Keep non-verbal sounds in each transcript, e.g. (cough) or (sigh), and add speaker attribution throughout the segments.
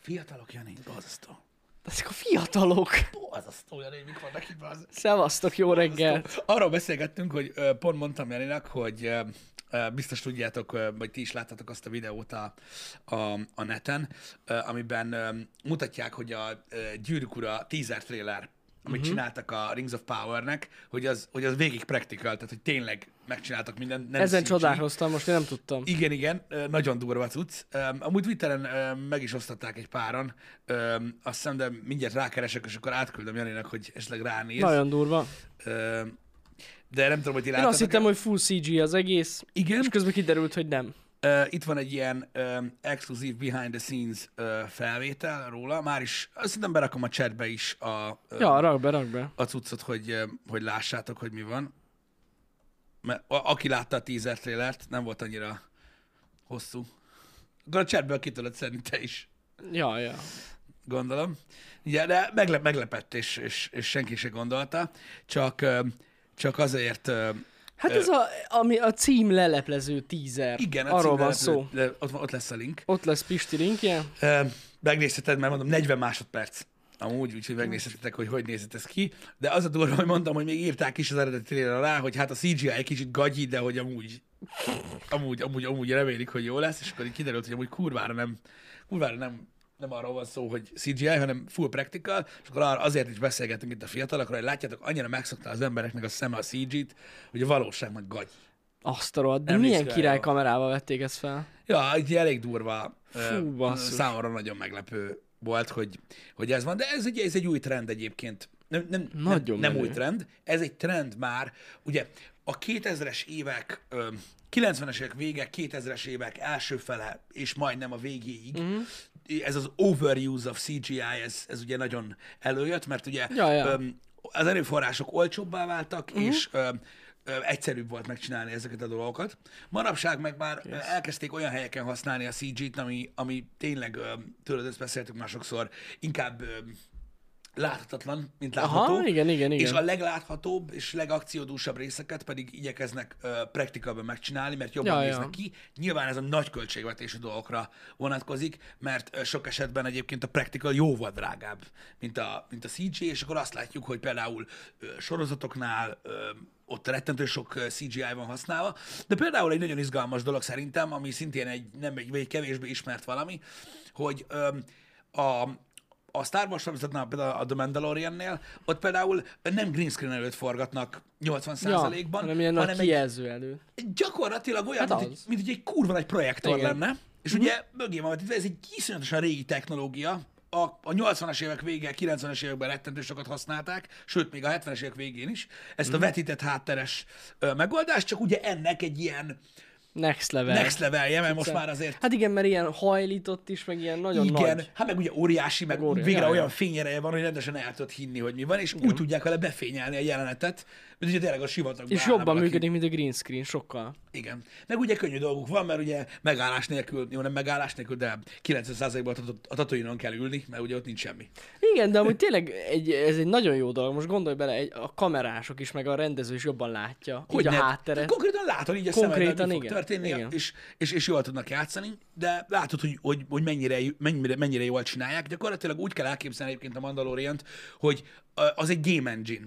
Speaker 1: Fiatalok, Jani, bazasztó.
Speaker 2: Ezek a fiatalok.
Speaker 1: Bazasztó, Jani, mikor neki bazasztó.
Speaker 2: Szevasztok, jó reggel.
Speaker 1: Arról beszélgettünk, hogy ö, pont mondtam Janinak, hogy ö, ö, biztos tudjátok, ö, vagy ti is láttatok azt a videót a, a, a neten, ö, amiben ö, mutatják, hogy a ö, Gyűrűk Ura teaser trailer, amit
Speaker 2: Mhm.
Speaker 1: uh-huh. csináltak a Rings of Power-nek, hogy az, hogy az végig practical, tehát hogy tényleg megcsináltak mindent. Nem
Speaker 2: Ezen
Speaker 1: CG.
Speaker 2: csodálkoztam, most én nem tudtam.
Speaker 1: Igen, igen, ö, nagyon durva cucc. Ö, Amúgy Twitteren ö, meg is osztották egy páran, Ö, azt hiszem, de mindjárt rákeresek, és akkor átküldöm Janinak, hogy esetleg ránéz.
Speaker 2: Nagyon durva.
Speaker 1: Ö, De nem tudom, hogy ti
Speaker 2: Én azt
Speaker 1: láttatok-e.
Speaker 2: hittem, hogy full CG az egész,
Speaker 1: Igen,
Speaker 2: és közben kiderült, hogy nem.
Speaker 1: Ö, itt van egy ilyen ö, exkluzív behind the scenes ö, felvétel róla, már is, azt szerintem berakom a chatbe is a, ö,
Speaker 2: Ja, rak be, rak be.
Speaker 1: a cuccot, hogy, ö, hogy lássátok, hogy mi van. Mert a, aki látta a teaser trailert, nem volt annyira hosszú. Akkor a chatből ki tudod szedni te is,
Speaker 2: Ja, ja.
Speaker 1: gondolom. Ja, de megle, meglepett, és, és, és senki se gondolta, csak, ö, csak azért ö,
Speaker 2: Hát ez a, ami a cím leleplező tízer.
Speaker 1: igen, a
Speaker 2: Arról
Speaker 1: címben
Speaker 2: van
Speaker 1: lesz-
Speaker 2: szó.
Speaker 1: le- Ott, van- ott lesz a link.
Speaker 2: Ott lesz Pisti linkje.
Speaker 1: Ö, Megnézheted, mert mondom, 40 másodperc amúgy, úgyhogy megnézhetitek, hogy hogy nézett ez ki. De az a durva, hogy mondtam, hogy még írták is az eredeti trailerre rá, hogy hát a CGI egy kicsit gagyi, de hogy amúgy, amúgy, amúgy, amúgy remélik, hogy jó lesz, és akkor így kiderült, hogy amúgy kurvára nem, kurvára nem, nem arról van szó, hogy CGI, hanem full practical, és akkor arra azért is beszélgetünk itt a fiatalokról, hogy látjátok, annyira megszokta az embereknek a szeme a CG-t, hogy a valóság meg gagy.
Speaker 2: Azt a rohadt, de
Speaker 1: Emlékszel
Speaker 2: milyen király
Speaker 1: rá?
Speaker 2: kamerával vették ezt fel?
Speaker 1: Ja, egy elég durva. ö,
Speaker 2: Fú, basszus.
Speaker 1: Számomra nagyon meglepő volt, hogy, hogy ez van, de ez egy, ez egy új trend egyébként. Nem, nem,
Speaker 2: Nagyon
Speaker 1: nem, nem
Speaker 2: menő.
Speaker 1: új trend, ez egy trend már. Ugye a 2000-es évek, ö, 90-es évek vége, 2000-es évek első fele, és majdnem a végéig,
Speaker 2: Mhm.
Speaker 1: ez az overuse of CGI, ez, ez ugye nagyon előjött, mert ugye
Speaker 2: Ja, ja. Mhm.
Speaker 1: ö, az erőforrások olcsóbbá váltak, és ö, ö, egyszerűbb volt megcsinálni ezeket a dolgokat. Manapság meg már yes. elkezdték olyan helyeken használni a CG-t, ami, ami tényleg, ö, tőled ezt beszéltük már sokszor, inkább ö, láthatatlan, mint látható.
Speaker 2: igen, igen, igen.
Speaker 1: És a legláthatóbb és legakciódúsabb részeket pedig igyekeznek ö, practicalben megcsinálni, mert jobban
Speaker 2: Ja,
Speaker 1: ja,
Speaker 2: ja.
Speaker 1: néznek ki. Nyilván ez a nagy költségvetésű dolgokra vonatkozik, mert ö, sok esetben egyébként a practical jóval drágább, mint a, mint a CG, és akkor azt látjuk, hogy például ö, sorozatoknál ö, ott rettentő sok ö, CGI van használva, de például egy nagyon izgalmas dolog szerintem, ami szintén egy, nem egy, vagy egy kevésbé ismert valami, hogy ö, a, a Star Wars sorozatnál, például a The Mandaloriannél, ott például nem green screen előtt forgatnak 80%-ban,
Speaker 2: hanem ilyen nagy
Speaker 1: egy,
Speaker 2: kijelző elő.
Speaker 1: gyakorlatilag olyan,
Speaker 2: Hát
Speaker 1: mint, egy,
Speaker 2: az.
Speaker 1: mint hogy egy kurva nagy projektor
Speaker 2: Igen. Mhm.
Speaker 1: lenne, és ugye mögé van vetítve, ez egy iszonyatosan régi technológia, a, a 80-as évek vége, 90-es években rettentő sokat használták, sőt, még a 70-es évek végén is,
Speaker 2: Mhm.
Speaker 1: ezt a vetített hátteres ö, megoldást, csak ugye ennek egy ilyen
Speaker 2: Next level.
Speaker 1: next levelje, mert most már azért
Speaker 2: Hát igen, mert ilyen hajlított is, meg ilyen nagyon
Speaker 1: igen,
Speaker 2: nagy.
Speaker 1: hát meg ugye óriási, meg
Speaker 2: óriási,
Speaker 1: végre
Speaker 2: jaj,
Speaker 1: olyan
Speaker 2: jaj.
Speaker 1: fényereje van, hogy rendesen el tudod hinni, hogy mi van, és úgy tudják vele befényelni a jelenetet, mint ugye tényleg a sivatagban
Speaker 2: És
Speaker 1: állna
Speaker 2: jobban
Speaker 1: valaki.
Speaker 2: működik, mint a green screen, sokkal.
Speaker 1: Igen. Meg ugye könnyű dolguk van, mert ugye megállás nélkül, jó nem megállás nélkül, de 90%-ban a tat- a tatoinon kell ülni, mert ugye ott nincs semmi.
Speaker 2: Igen, de amúgy tényleg egy, ez egy nagyon jó dolog. Most gondolj bele, egy, a kamerások is, meg a rendező is jobban látja, hogy a
Speaker 1: ne?
Speaker 2: hátteret.
Speaker 1: De Konkrétan látod így a
Speaker 2: Konkrétan
Speaker 1: szemeddel, mi fog
Speaker 2: igen.
Speaker 1: történni,
Speaker 2: Igen.
Speaker 1: És, és, és jól tudnak játszani, de látod, hogy, hogy, hogy mennyire, mennyire, mennyire jól csinálják. Gyakorlatilag úgy kell elképzelni egyébként a Mandalorient, hogy ö, az egy game engine.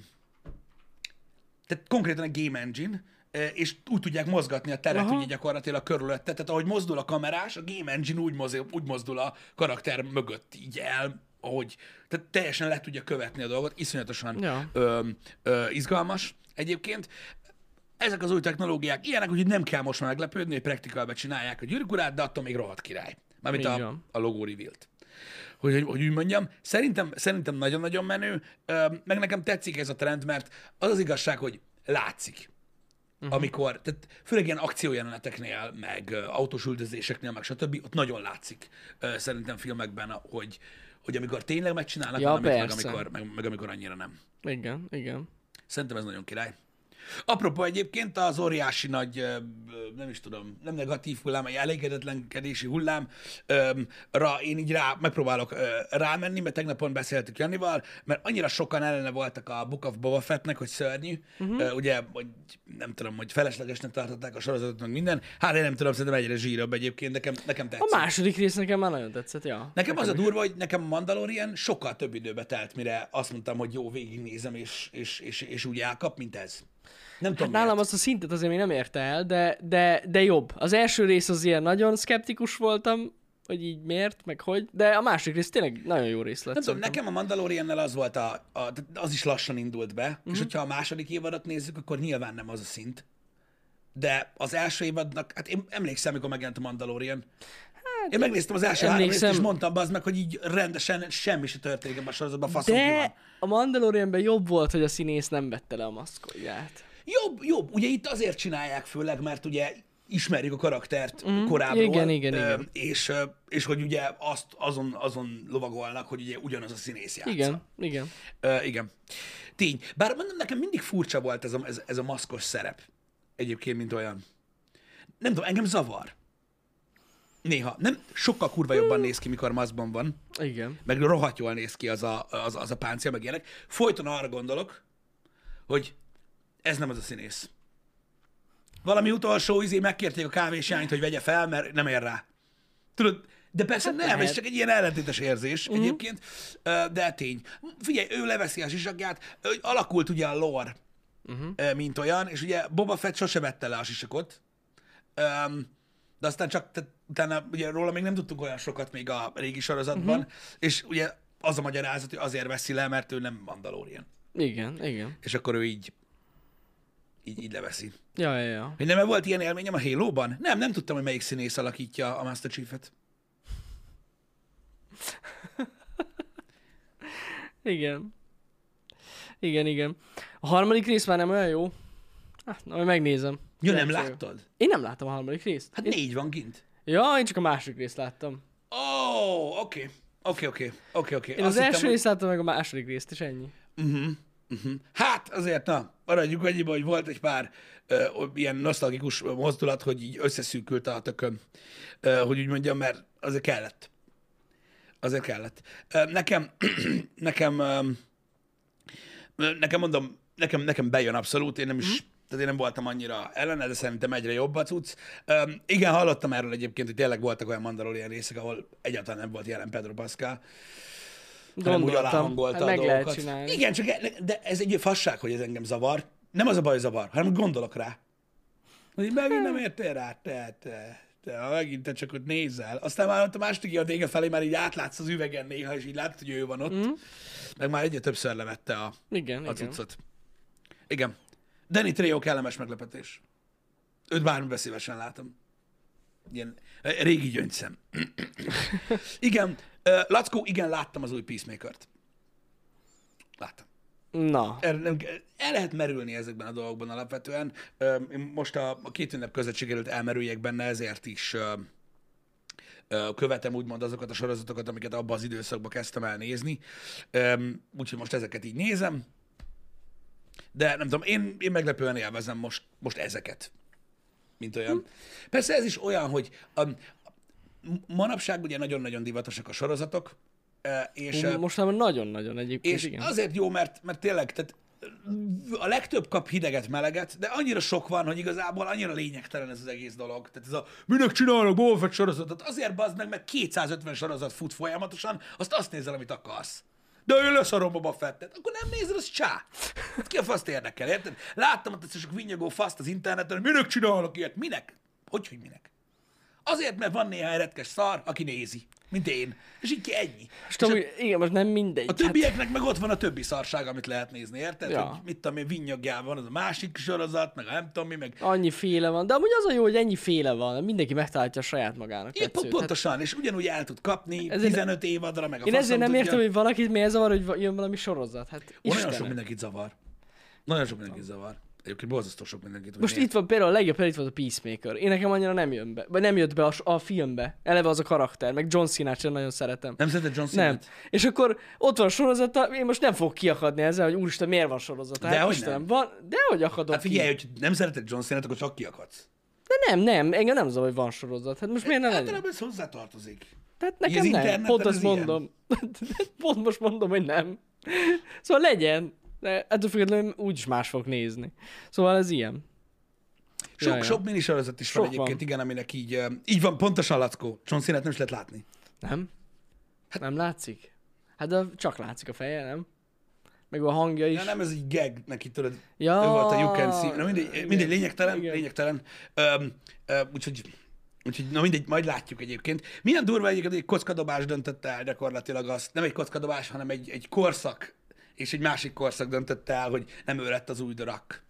Speaker 1: Tehát konkrétan egy game engine, ö, és úgy tudják mozgatni a teret
Speaker 2: Aha.
Speaker 1: ugye gyakorlatilag körülötte. Tehát ahogy mozdul a kamerás, a game engine úgy mozdul, úgy mozdul a karakter mögött így el, ahogy, tehát teljesen le tudja követni a dolgot, iszonyatosan
Speaker 2: Ja.
Speaker 1: ö, ö, izgalmas egyébként. Ezek az új technológiák ilyenek, úgyhogy nem kell most már meglepődni, hogy practicalbe csinálják a gyűrűkurát, de attól még rohadt király. Mármint
Speaker 2: Így
Speaker 1: a,
Speaker 2: van.
Speaker 1: a logó reveal-t. Hogy, hogy, hogy úgy mondjam, szerintem, szerintem nagyon-nagyon menő, ö, meg nekem tetszik ez a trend, mert az az igazság, hogy látszik.
Speaker 2: Mhm.
Speaker 1: Uh-huh. Amikor, tehát főleg ilyen akciójeleneteknél, meg ö, autós üldözéseknél, meg stb., ott nagyon látszik ö, szerintem filmekben, hogy, hogy amikor tényleg megcsinálnak
Speaker 2: Ja,
Speaker 1: valamit, meg
Speaker 2: persze.
Speaker 1: amikor, meg, meg amikor annyira nem.
Speaker 2: Igen, igen.
Speaker 1: Szerintem ez nagyon király. Apropó egyébként az óriási nagy, ö, ö, nem is tudom, nem negatív hullám, egy elégedetlenkedési hullámra én így rá, megpróbálok ö, rámenni, mert tegnapon beszéltük Janival, mert annyira sokan ellene voltak a Book of Boba Fettnek, hogy szörnyű. Uh-huh. Ugye, hogy nem tudom, hogy feleslegesnek tartották a sorozatot, meg minden. Hát én nem tudom, szerintem egyre zsírabb egyébként, nekem, nekem tetszik.
Speaker 2: A második rész nekem már nagyon tetszett, ja.
Speaker 1: Nekem az a durva, hogy nekem a Mandalorian sokkal több időbe telt, mire azt mondtam, hogy jó, végignézem, és, és, és, és úgy elkap, mint ez. Nem tudom,
Speaker 2: Hát nálam
Speaker 1: miért.
Speaker 2: azt a szintet azért még nem érte el, de, de, de jobb. Az első rész az ilyen nagyon szkeptikus voltam, hogy így miért, meg hogy, de a másik rész tényleg nagyon jó rész lett.
Speaker 1: Nem tudom, Szóval
Speaker 2: szerintem.
Speaker 1: nekem a Mandaloriannel az volt a, a tehát az is lassan indult be, mm-hmm. és hogyha a második évadot nézzük, akkor nyilván nem az a szint. De az első évadnak, hát én emlékszem, amikor megjelent a Mandalorian. Hát, én megnéztem az első három részt, és
Speaker 2: emlékszem.
Speaker 1: mondtam be az meg, hogy így rendesen semmi se történik ebben a sorozatban, faszom ki van.
Speaker 2: De a Mandalorianben jobb volt, hogy a színész nem vette le a maszkolját.
Speaker 1: Jobb, jobb. Ugye itt azért csinálják főleg, mert ugye ismerjük a karaktert mm. korábban.
Speaker 2: Mhm. Igen, igen, igen.
Speaker 1: És, ö, és hogy ugye azt azon, azon lovagolnak, hogy ugye ugyanaz a színész játsza.
Speaker 2: Igen, igen.
Speaker 1: Ö, igen. Tény. Bár mondom, nekem mindig furcsa volt ez a, ez, ez a maszkos szerep. Egyébként, mint olyan. Nem tudom, engem zavar. Néha. Nem, sokkal kurva jobban néz ki, mikor maszkban van.
Speaker 2: Igen.
Speaker 1: Meg rohadt jól néz ki az a, az, az a páncél, meg ilyenek. Folyton arra gondolok, hogy ez nem az a színész. Valami utolsó izé megkérték a kávésjányt, hogy vegye fel, mert nem ér rá. Tudod, de persze hát nem,
Speaker 2: lehet.
Speaker 1: ez csak egy ilyen ellentétes érzés uh-huh. egyébként, Ö, de tény. Figyelj, ő leveszi a zsisakját, ö, alakult ugye a lore, uh-huh. mint olyan, és ugye Boba Fett sose vette le a sisakot, Öm, de aztán csak tehát utána, ugye róla még nem tudtunk olyan sokat még a régi sorozatban,
Speaker 2: Mhm.
Speaker 1: uh-huh. és ugye az a magyarázat, hogy azért veszi le, mert ő nem Mandalorian.
Speaker 2: Igen, igen.
Speaker 1: És akkor ő így, így, így leveszi.
Speaker 2: Ja, ja, ja.
Speaker 1: Hogy nem volt ilyen élményem a Halo-ban? Nem, nem tudtam, hogy melyik színész alakítja a Master Chief-et.
Speaker 2: Igen. Igen, igen. A harmadik rész már nem olyan jó. Hát, na, majd megnézem.
Speaker 1: Ja, nem
Speaker 2: Kíváncsi vagyok.
Speaker 1: láttad?
Speaker 2: Én nem láttam a harmadik részt.
Speaker 1: Hát négy van kint.
Speaker 2: Ja, én csak a második részt láttam.
Speaker 1: Ó, oh, oké. Okay. Oké, okay, oké, okay. oké, okay, oké. Okay.
Speaker 2: Én az első részt láttam, meg a második részt, és ennyi.
Speaker 1: Mhm. Hát azért, na, maradjunk annyiba, hogy volt egy pár ö, ilyen nosztalgikus mozdulat, hogy így összeszűkült a tökön, ö, hogy úgy mondjam, mert azért kellett. Azért kellett. Ö, nekem, (clears throat) nekem, ö, nekem mondom, nekem, nekem bejön abszolút, én nem is, tehát én nem voltam annyira ellene, de szerintem egyre jobb a cucc. Öm, igen, hallottam erről egyébként, hogy tényleg voltak olyan Mandalorian részek, ahol egyáltalán nem volt jelen Pedro Pascal hanem Hát úgy aláhangolta
Speaker 2: hát
Speaker 1: a
Speaker 2: meg lehet
Speaker 1: dolgokat.
Speaker 2: csinálni.
Speaker 1: Igen, csak e- de ez egy fasság, hogy ez engem zavar. Nem az a baj, hogy zavar, hanem gondolok rá. Hogy megint nem értél rá, te, te, te, ha megint te csak ott nézel. Aztán már ott a második évad vége felé már így átlátsz az üvegen néha, és így látod, hogy ő van ott. Mm. Meg már egyre többször levette a,
Speaker 2: Igen,
Speaker 1: a
Speaker 2: igen.
Speaker 1: cuccot. Igen. Danny Trejo kellemes meglepetés. Őt bármibe szívesen látom. Ilyen eh, régi gyöngyszem. igen, eh, Lackó, igen, láttam az új Peacemaker-t. Láttam.
Speaker 2: Na,
Speaker 1: Erre nem, el lehet merülni ezekben a dolgokban alapvetően. Ö, Én most a, a két ünnep között sikerült elmerüljek benne, ezért is ö, ö, követem úgymond azokat a sorozatokat, amiket abban az időszakban kezdtem el nézni. Ö, Úgyhogy most ezeket így nézem. De nem tudom, én, én meglepően élvezem most, most ezeket, mint olyan. Hm. Persze ez is olyan, hogy a, manapság ugye nagyon-nagyon divatosak a sorozatok, ö, és... ö,
Speaker 2: Hú, most már nagyon-nagyon egyébként,
Speaker 1: és
Speaker 2: igen.
Speaker 1: azért jó, mert, mert tényleg, tehát a legtöbb kap hideget, meleget, de annyira sok van, hogy igazából annyira lényegtelen ez az egész dolog. Tehát ez a minek csinálnak Boba Fett sorozatot? Azért bazd meg, mert 250 sorozat fut folyamatosan, azt azt nézel, amit akarsz. De ő leszarom Boba Fettet. Akkor nem nézed, az csá. Hát ki a faszt érdekel, érted? Láttam ott ezt a sok vinyogó faszt az interneten, hogy minek csinálnak ilyet? Minek? Hogy, hogy minek? Azért, mert van néhány retkes szar, aki nézi. Mint én. És így ki ennyi.
Speaker 2: És tudom, hogy- igen, most nem mindegy.
Speaker 1: A többieknek meg ott van a többi szarság, amit lehet nézni, érted?
Speaker 2: hát- Ja.
Speaker 1: Hogy mit tudom én, vinyogjában van az a másik sorozat, meg a nem tudom mi, meg...
Speaker 2: Hát Annyi féle van, de amúgy az a jó, hogy ennyi féle van, mindenki megtalálja a saját magának
Speaker 1: Igen,
Speaker 2: tetszőt.
Speaker 1: po- pontosan, és ugyanúgy el tud kapni
Speaker 2: Ezért-
Speaker 1: 15 évadra, meg a
Speaker 2: Én
Speaker 1: faszom
Speaker 2: ezért nem
Speaker 1: tudja.
Speaker 2: értem, hogy valakit miért zavar, hogy va- jön valami sorozat. Hát
Speaker 1: Olyan sok
Speaker 2: Istenem.
Speaker 1: mindenkit zavar. Nagyon sok mindenkit zavar. Egyébként borzasztó sok mindenkit. hogy
Speaker 2: Most
Speaker 1: miért.
Speaker 2: itt van például a legjobb, itt van a Peacemaker. Én nekem annyira nem jön be, vagy nem jött be a, a filmbe. Eleve az a karakter, meg John Cena-t sem nagyon szeretem.
Speaker 1: Nem szereted John Cena?
Speaker 2: Nem. És akkor ott van a sorozata, én most nem fogok kiakadni ezzel, hogy úristen, miért van sorozata.
Speaker 1: Dehogy nem.
Speaker 2: Istenem, van, de hogy akadok
Speaker 1: Hát figyelj,
Speaker 2: ki.
Speaker 1: hogy nem szereted John Cena-t, akkor csak kiakadsz. Hát
Speaker 2: De nem, nem, engem nem zavar, hogy van sorozat. Hát most miért nem legyen?
Speaker 1: Általában ez hozzátartozik.
Speaker 2: Tehát
Speaker 1: Így az
Speaker 2: nekem nem.
Speaker 1: interneten
Speaker 2: Pont
Speaker 1: ez
Speaker 2: azt
Speaker 1: ilyen.
Speaker 2: mondom. (laughs) Pont most mondom, hogy nem. Szóval legyen. De ettől függetlenül úgyis más fog nézni. Szóval ez ilyen.
Speaker 1: Sok,
Speaker 2: Ja, ja.
Speaker 1: sok minisorozat is van
Speaker 2: Sok
Speaker 1: egyébként,
Speaker 2: van.
Speaker 1: igen, aminek így, ö, így van, pontosan Lackó. John Cena-t nem is lehet látni.
Speaker 2: Nem? Hát... Nem látszik? Hát de csak látszik a feje, nem? Meg a hangja is.
Speaker 1: Ja, nem, ez egy gag neki, tudod.
Speaker 2: Ja.
Speaker 1: Ő volt a You Can See. Na mindegy,
Speaker 2: Igen.
Speaker 1: mindegy lényegtelen,
Speaker 2: Igen.
Speaker 1: lényegtelen. Öm, öm, úgyhogy, úgyhogy, na mindegy, majd látjuk egyébként. Milyen durva egyébként, hogy egy kockadobás döntötte el gyakorlatilag azt, nem egy kockadobás, hanem egy, egy korszak, és egy másik korszak döntötte el, hogy nem ő lett az új darak,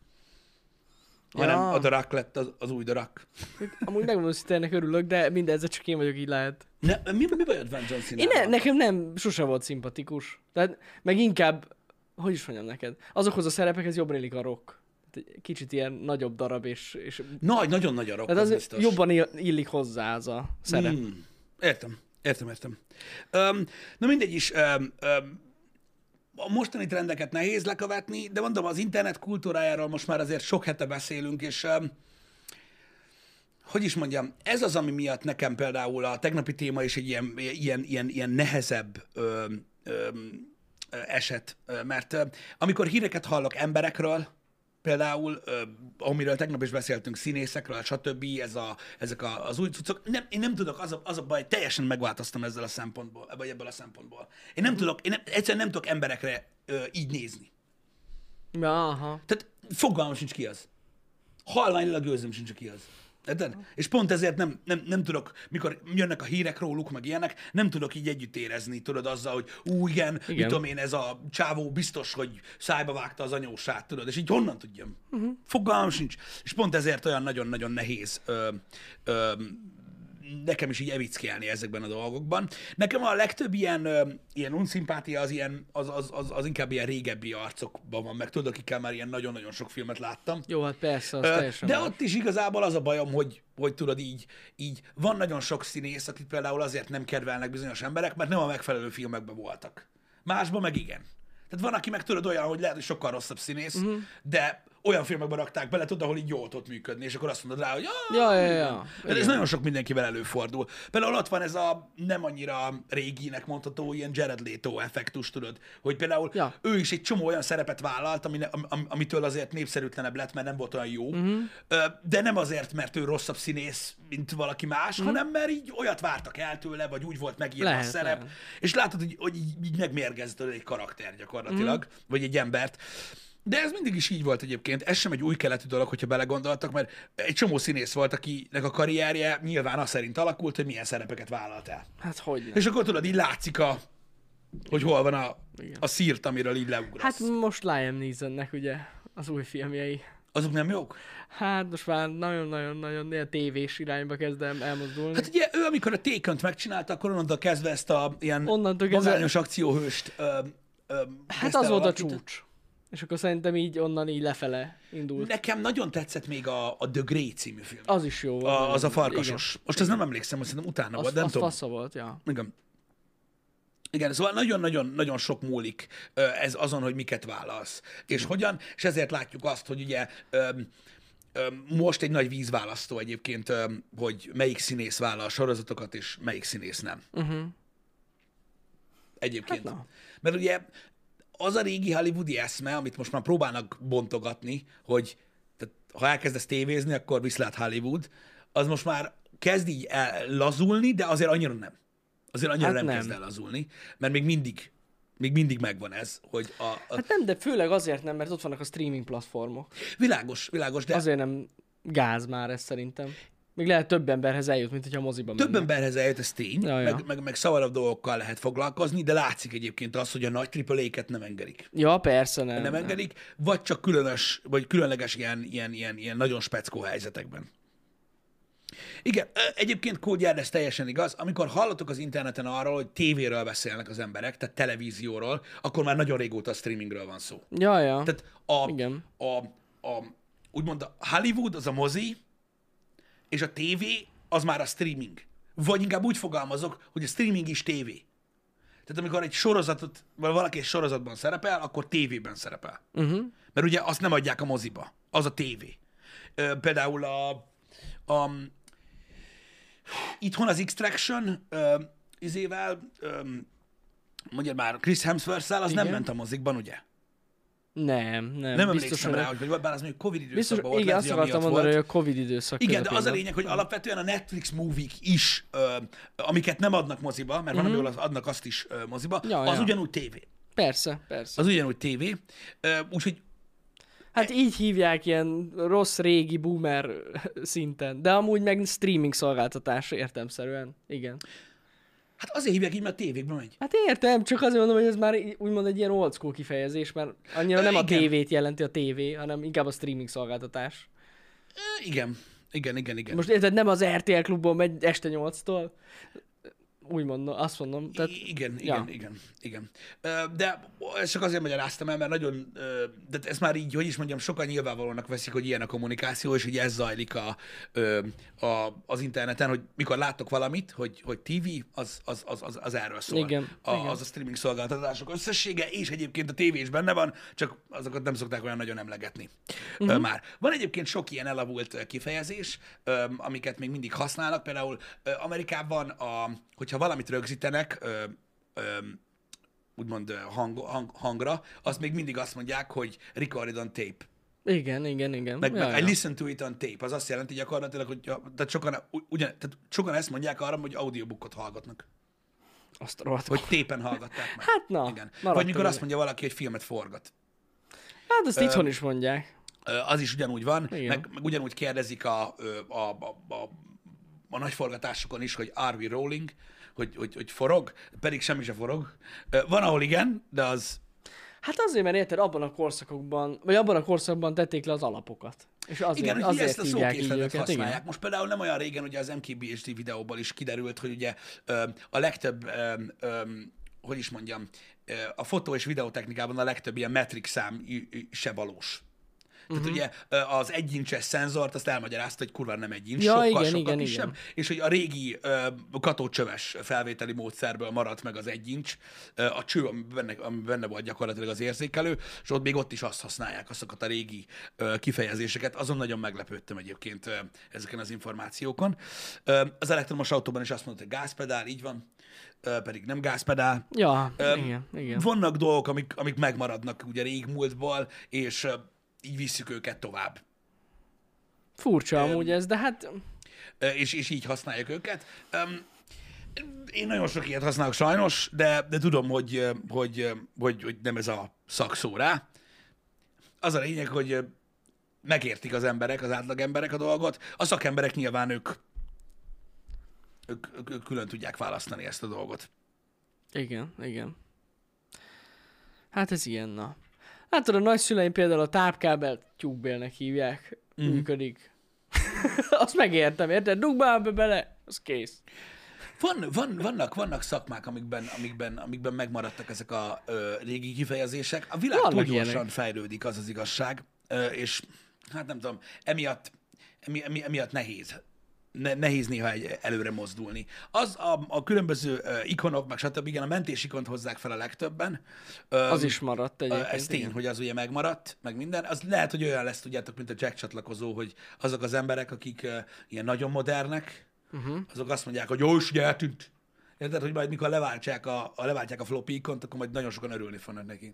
Speaker 1: hanem
Speaker 2: Ja.
Speaker 1: a darak lett az, az új darak.
Speaker 2: (laughs) Amúgy megmondom, hogy ennek örülök, de mindezzel csak én vagyok, így lehet.
Speaker 1: Ne, mi, mi bajod van John
Speaker 2: Én
Speaker 1: Cena-val?
Speaker 2: ne, nekem nem, sose volt szimpatikus. Tehát, meg inkább, hogy is mondjam neked, azokhoz a szerepekhez jobban illik a rock. Tehát egy Kicsit ilyen nagyobb darab, és, és
Speaker 1: Nagy, nagyon-nagyon a
Speaker 2: tehát
Speaker 1: rockhoz
Speaker 2: Hát az
Speaker 1: biztos.
Speaker 2: jobban ill- illik hozzá az a szerep. Mm.
Speaker 1: Hmm. Értem, értem, értem. Um, na mindegy is, um, um, a mostani trendeket nehéz lekövetni, de mondom, az internet kultúrájáról most már azért sok hete beszélünk, és um, hogy is mondjam, ez az, ami miatt nekem például a tegnapi téma is egy ilyen, ilyen, ilyen, ilyen nehezebb öm, öm, ö, eset, ö, mert ö, amikor híreket hallok emberekről, például, ö, amiről tegnap is beszéltünk, színészekről, stb., ez a, ezek a, az új cuccok, nem, én nem tudok, az a, az a baj, teljesen megváltoztam ezzel a szempontból, vagy ebből a szempontból. Én nem tudok, én nem, egyszerűen nem tudok emberekre ö, így nézni.
Speaker 2: Ja, aha.
Speaker 1: Tehát fogalmam sincs ki az. Halványilag gőzöm sincs, hogy ki az. Érted? És pont ezért nem, nem, nem tudok, mikor jönnek a hírek róluk, meg ilyenek, nem tudok így együtt érezni, tudod, azzal, hogy ú, igen, igen. mit
Speaker 2: Igen.
Speaker 1: tudom én, ez a csávó biztos, hogy szájba vágta az anyósát, tudod, és így honnan tudjam? Uh-huh. Fogalmam sincs. És pont ezért olyan nagyon-nagyon nehéz ö, ö, nekem is így evickelni ezekben a dolgokban. Nekem a legtöbb ilyen, ö, ilyen unszimpátia az, ilyen, az, az, az, az inkább ilyen régebbi arcokban van, meg tudod, akikkel már ilyen nagyon-nagyon sok filmet láttam.
Speaker 2: Jó, hát persze, az
Speaker 1: Ö,
Speaker 2: teljesen
Speaker 1: De
Speaker 2: más.
Speaker 1: ott is igazából az a bajom, hogy, hogy tudod így, így van nagyon sok színész, akit például azért nem kedvelnek bizonyos emberek, mert nem a megfelelő filmekben voltak. Másban meg igen. Tehát van, aki meg tudod olyan, hogy lehet, hogy sokkal rosszabb színész,
Speaker 2: Mhm.
Speaker 1: uh-huh. de olyan filmekben rakták bele, tudod, ahol így jól tudott működni, és akkor azt mondod rá, hogy "Ah,
Speaker 2: Ja, ja, ja.
Speaker 1: ez igen. nagyon sok mindenkivel előfordul. Például ott van ez a nem annyira réginek mondható ilyen Jared Leto effektus, tudod, hogy például
Speaker 2: Ja.
Speaker 1: ő is egy csomó olyan szerepet vállalt, ami, am- am, amitől azért népszerűtlenebb lett, mert nem volt olyan jó, uh-huh. de nem azért, mert ő rosszabb színész, mint valaki más, uh-huh. hanem mert így olyat vártak el tőle, vagy úgy volt megírva a
Speaker 2: Lehet,
Speaker 1: szerep,
Speaker 2: lehet.
Speaker 1: és látod, hogy, hogy így, így megmérgezd tőle egy karakter gyakorlatilag,
Speaker 2: Mhm.
Speaker 1: mm. vagy egy embert. De ez mindig is így volt egyébként. Ez sem egy új keletű dolog, hogyha belegondoltak, mert egy csomó színész volt, akinek a karrierje nyilván az szerint alakult, hogy milyen szerepeket vállalt el.
Speaker 2: Hát hogy ne.
Speaker 1: És akkor tudod, így látszik a, hogy hol van a, a szírt, amiről így leugrasz.
Speaker 2: Hát
Speaker 1: Hát,
Speaker 2: most Liam Neesonnek ugye az új filmjei.
Speaker 1: Azok nem jók?
Speaker 2: Hát most már nagyon-nagyon-nagyon ilyen tévés irányba kezdem elmozdulni.
Speaker 1: Hát ugye ő, amikor a tékönt megcsinálta, akkor onnantól kezdve ezt a ilyen
Speaker 2: Onnantól kezdve-
Speaker 1: magányos akcióhőst ö, ö,
Speaker 2: Hát
Speaker 1: kezdte
Speaker 2: az
Speaker 1: el
Speaker 2: volt a
Speaker 1: alakítani.
Speaker 2: csúcs. És akkor szerintem így onnan így lefele indult.
Speaker 1: Nekem nagyon tetszett még a, a The Grey című film.
Speaker 2: Az is jó volt.
Speaker 1: A,
Speaker 2: nagyon
Speaker 1: az a
Speaker 2: jó.
Speaker 1: farkasos. Igen. Most az nem emlékszem, hogy szerintem utána
Speaker 2: Igen.
Speaker 1: volt,
Speaker 2: Az,
Speaker 1: de nem
Speaker 2: az
Speaker 1: tudom.
Speaker 2: fasza volt, ja.
Speaker 1: Igen. Igen, szóval nagyon-nagyon-nagyon sok múlik ö, ez azon, hogy miket válasz, és hogyan, és ezért látjuk azt, hogy ugye öm, öm, most egy nagy vízválasztó egyébként, öm, hogy melyik színész vállal sorozatokat, és melyik színész nem. Uh-huh. Egyébként.
Speaker 2: Hát na.
Speaker 1: Mert ugye az a régi hollywoodi eszme, amit most már próbálnak bontogatni, hogy tehát, ha elkezdesz tévézni, akkor viszlát Hollywood, az most már kezd így el lazulni, de azért annyira nem. Azért annyira
Speaker 2: Hát
Speaker 1: nem, nem
Speaker 2: nem.
Speaker 1: kezd el lazulni, mert még mindig, még mindig megvan ez, hogy a, a hát,
Speaker 2: Hát nem, de főleg azért nem, mert ott vannak a streaming platformok.
Speaker 1: világos, világos, de
Speaker 2: Hát Azért nem gáz már ez szerintem. Még lehet több emberhez eljut, mint hogyha a moziba
Speaker 1: Több
Speaker 2: menne.
Speaker 1: emberhez eljött, ez tény,
Speaker 2: Ja, ja.
Speaker 1: meg, meg, meg szavarabb dolgokkal lehet foglalkozni, de látszik egyébként az, hogy a nagy AAA-ket nem engedik.
Speaker 2: Ja, persze nem.
Speaker 1: Nem engedik, vagy csak különös, vagy különleges ilyen, ilyen, ilyen, ilyen nagyon speckó helyzetekben. Igen, ö, egyébként Kódjár, ez teljesen igaz. Amikor hallottuk az interneten arról, hogy tévéről beszélnek az emberek, tehát televízióról, akkor már nagyon régóta a streamingről van szó.
Speaker 2: Ja, ja.
Speaker 1: Tehát a,
Speaker 2: Igen.
Speaker 1: a, a, úgymond a Hollywood az a mozi, és a tévé az már a streaming. Vagy inkább úgy fogalmazok, hogy a streaming is tévé. Tehát amikor egy sorozatot, vagy valaki egy sorozatban szerepel, akkor tévében szerepel.
Speaker 2: Mhm.
Speaker 1: Uh-huh. Mert ugye azt nem adják a moziba. Az a tévé. Ö, például a, a itthon az Extraction ö, izével, ö, mondjad már, Chris Hemsworth-szel, az Igen. nem ment a mozikban, ugye?
Speaker 2: Nem, nem.
Speaker 1: Nem
Speaker 2: biztos,
Speaker 1: emlékszem rá,
Speaker 2: hogy-
Speaker 1: hogy vagy bár az még Covid időszakban
Speaker 2: Biztos,
Speaker 1: volt.
Speaker 2: igen,
Speaker 1: lehet,
Speaker 2: azt
Speaker 1: hogy amiatt
Speaker 2: akartam mondani,
Speaker 1: volt.
Speaker 2: hogy a Covid időszak
Speaker 1: Igen, de
Speaker 2: közepén
Speaker 1: az a
Speaker 2: volt.
Speaker 1: lényeg, hogy alapvetően a Netflix movie is, ö, amiket nem adnak moziba, mert van, mm-hmm. adnak azt is ö, moziba,
Speaker 2: Mhm. Ja,
Speaker 1: az
Speaker 2: ja.
Speaker 1: ugyanúgy tévé.
Speaker 2: Persze, persze.
Speaker 1: Az ugyanúgy tévé. Ö, Úgyhogy
Speaker 2: Hát így hívják ilyen rossz régi boomer szinten, de amúgy meg streaming szolgáltatás értemszerűen. Igen.
Speaker 1: hát azért hívják így, mert a tévékbe megy.
Speaker 2: Hát értem, csak azért mondom, hogy ez már í- úgymond egy ilyen old school kifejezés, mert annyira
Speaker 1: Ö,
Speaker 2: nem a
Speaker 1: igen.
Speaker 2: tévét jelenti a tévé, hanem inkább a streaming szolgáltatás.
Speaker 1: Ö, Igen, igen, igen, igen.
Speaker 2: Most érted, nem az RTL klubban megy este 8-tól, úgy mondom, azt mondom, tehát
Speaker 1: I- Igen,
Speaker 2: ja.
Speaker 1: igen, igen, igen. Ö, De ezt csak azért magyaráztam el, mert nagyon, ö, de ezt már így, hogy is mondjam, sokan nyilvánvalónak veszik, hogy ilyen a kommunikáció, és hogy ez zajlik a, ö, a, az interneten, hogy mikor látok valamit, hogy, hogy TV, az, az, az, az, az erről szól.
Speaker 2: Igen,
Speaker 1: Szóval a,
Speaker 2: igen.
Speaker 1: Az a streaming szolgáltatások összessége, és egyébként a tévé is benne van, csak azokat nem szokták olyan nagyon emlegetni
Speaker 2: Mhm.
Speaker 1: uh-huh. már. Van egyébként sok ilyen elavult ö, kifejezés, ö, amiket még mindig használnak, például ö, Amerikában, a, hogyha valamit rögzítenek, ö, ö, úgymond ö, hang, hang, hangra, azt még mindig azt mondják, hogy recorded on tape.
Speaker 2: igen, igen, igen.
Speaker 1: Meg,
Speaker 2: Ja,
Speaker 1: meg
Speaker 2: ja.
Speaker 1: I listen to it on tape. Az azt jelenti gyakorlatilag, hogy ja, tehát sokan, u- ugyan, tehát sokan ezt mondják arra, hogy audiobookot hallgatnak.
Speaker 2: Azt rohadt.
Speaker 1: Hogy tépen hallgatták meg.
Speaker 2: Hát na,
Speaker 1: Igen.
Speaker 2: maradtunk
Speaker 1: Vagy mikor
Speaker 2: meg.
Speaker 1: azt mondja valaki, hogy filmet forgat.
Speaker 2: Hát ezt itthon is mondják.
Speaker 1: Ö, Az is ugyanúgy van,
Speaker 2: Igen.
Speaker 1: meg, meg ugyanúgy kérdezik a, ö, a, a, a, a nagy forgatásokon is, hogy are we rolling, hogy, hogy, hogy forog, pedig semmi se forog. Ö, Van, ahol igen, de az
Speaker 2: Hát azért, mert érted, abban a korszakokban, vagy abban a korszakban tették le az alapokat. És azért,
Speaker 1: Igen, hogy
Speaker 2: azért
Speaker 1: ezt a
Speaker 2: hívják így
Speaker 1: szókészletet
Speaker 2: őket.
Speaker 1: használják.
Speaker 2: Igen.
Speaker 1: Most például nem olyan régen, ugye az MKBHD videóból is kiderült, hogy ugye ö, a legtöbb, ö, ö, hogy is mondjam, ö, a fotó és videótechnikában a legtöbb ilyen metric szám i- i- se valós. Tehát
Speaker 2: Mhm.
Speaker 1: uh-huh. ugye ö, az egyincs szenzort azt elmagyarázta, hogy kurva nem egy incs,
Speaker 2: Ja,
Speaker 1: sokkal,
Speaker 2: igen,
Speaker 1: sokkal
Speaker 2: igen,
Speaker 1: kisebb,
Speaker 2: igen.
Speaker 1: és hogy a régi ö, katócsöves felvételi módszerből maradt meg az egyincs, ö, a cső, ami benne, ami benne volt gyakorlatilag az érzékelő, és ott még ott is azt használják, azokat a régi ö, kifejezéseket. Azon nagyon meglepődtem egyébként ö, ezeken az információkon. Ö, az elektromos autóban is azt mondta, hogy gázpedál, így van, ö, pedig nem gázpedál.
Speaker 2: Ja, igen, igen.
Speaker 1: Vannak dolgok, amik, amik megmaradnak ugye régmúltból, és ö, így visszük őket tovább.
Speaker 2: Furcsa amúgy ez, de hát
Speaker 1: Ö, és, és így használják őket. Öm, Én nagyon sok ilyet használok sajnos, de, de tudom, hogy, ö, hogy, ö, hogy, hogy nem ez a szakszó rá. Az a lényeg, hogy ö, megértik az emberek, az átlag emberek a dolgot. A szakemberek nyilván ők, ők, ők, ők külön tudják választani ezt a dolgot.
Speaker 2: igen, igen. Hát ez ilyen, na. Hát a nagyszüleim például a tápkábelt tyúkbélnek hívják.
Speaker 1: Mhm.
Speaker 2: Mm. Működik. (laughs) Azt megértem, érted? Dugd már be bele, az kész.
Speaker 1: Van, van, vannak, vannak szakmák, amikben, amikben, amikben megmaradtak ezek a ö, régi kifejezések. A világ
Speaker 2: Vannak
Speaker 1: túl gyorsan
Speaker 2: ilyenek.
Speaker 1: fejlődik, az az igazság, ö, és hát nem tudom, emiatt, emi, emi, emiatt nehéz. Ne, nehéz néha egy, előre mozdulni. Az a, a különböző ö, ikonok, meg stb. igen, a mentés ikont hozzák fel a legtöbben. Ö,
Speaker 2: Az is maradt egyébként.
Speaker 1: ez tény,
Speaker 2: igen.
Speaker 1: hogy az ugye megmaradt, meg minden. Az lehet, hogy olyan lesz, tudjátok, mint a Jack csatlakozó, hogy azok az emberek, akik uh, ilyen nagyon modernek,
Speaker 2: Mhm.
Speaker 1: uh-huh. azok azt mondják, hogy jó, és ugye eltűnt. Érted, hogy majd mikor leváltják a, a, leváltják a floppy ikont, akkor majd nagyon sokan örülni fognak neki.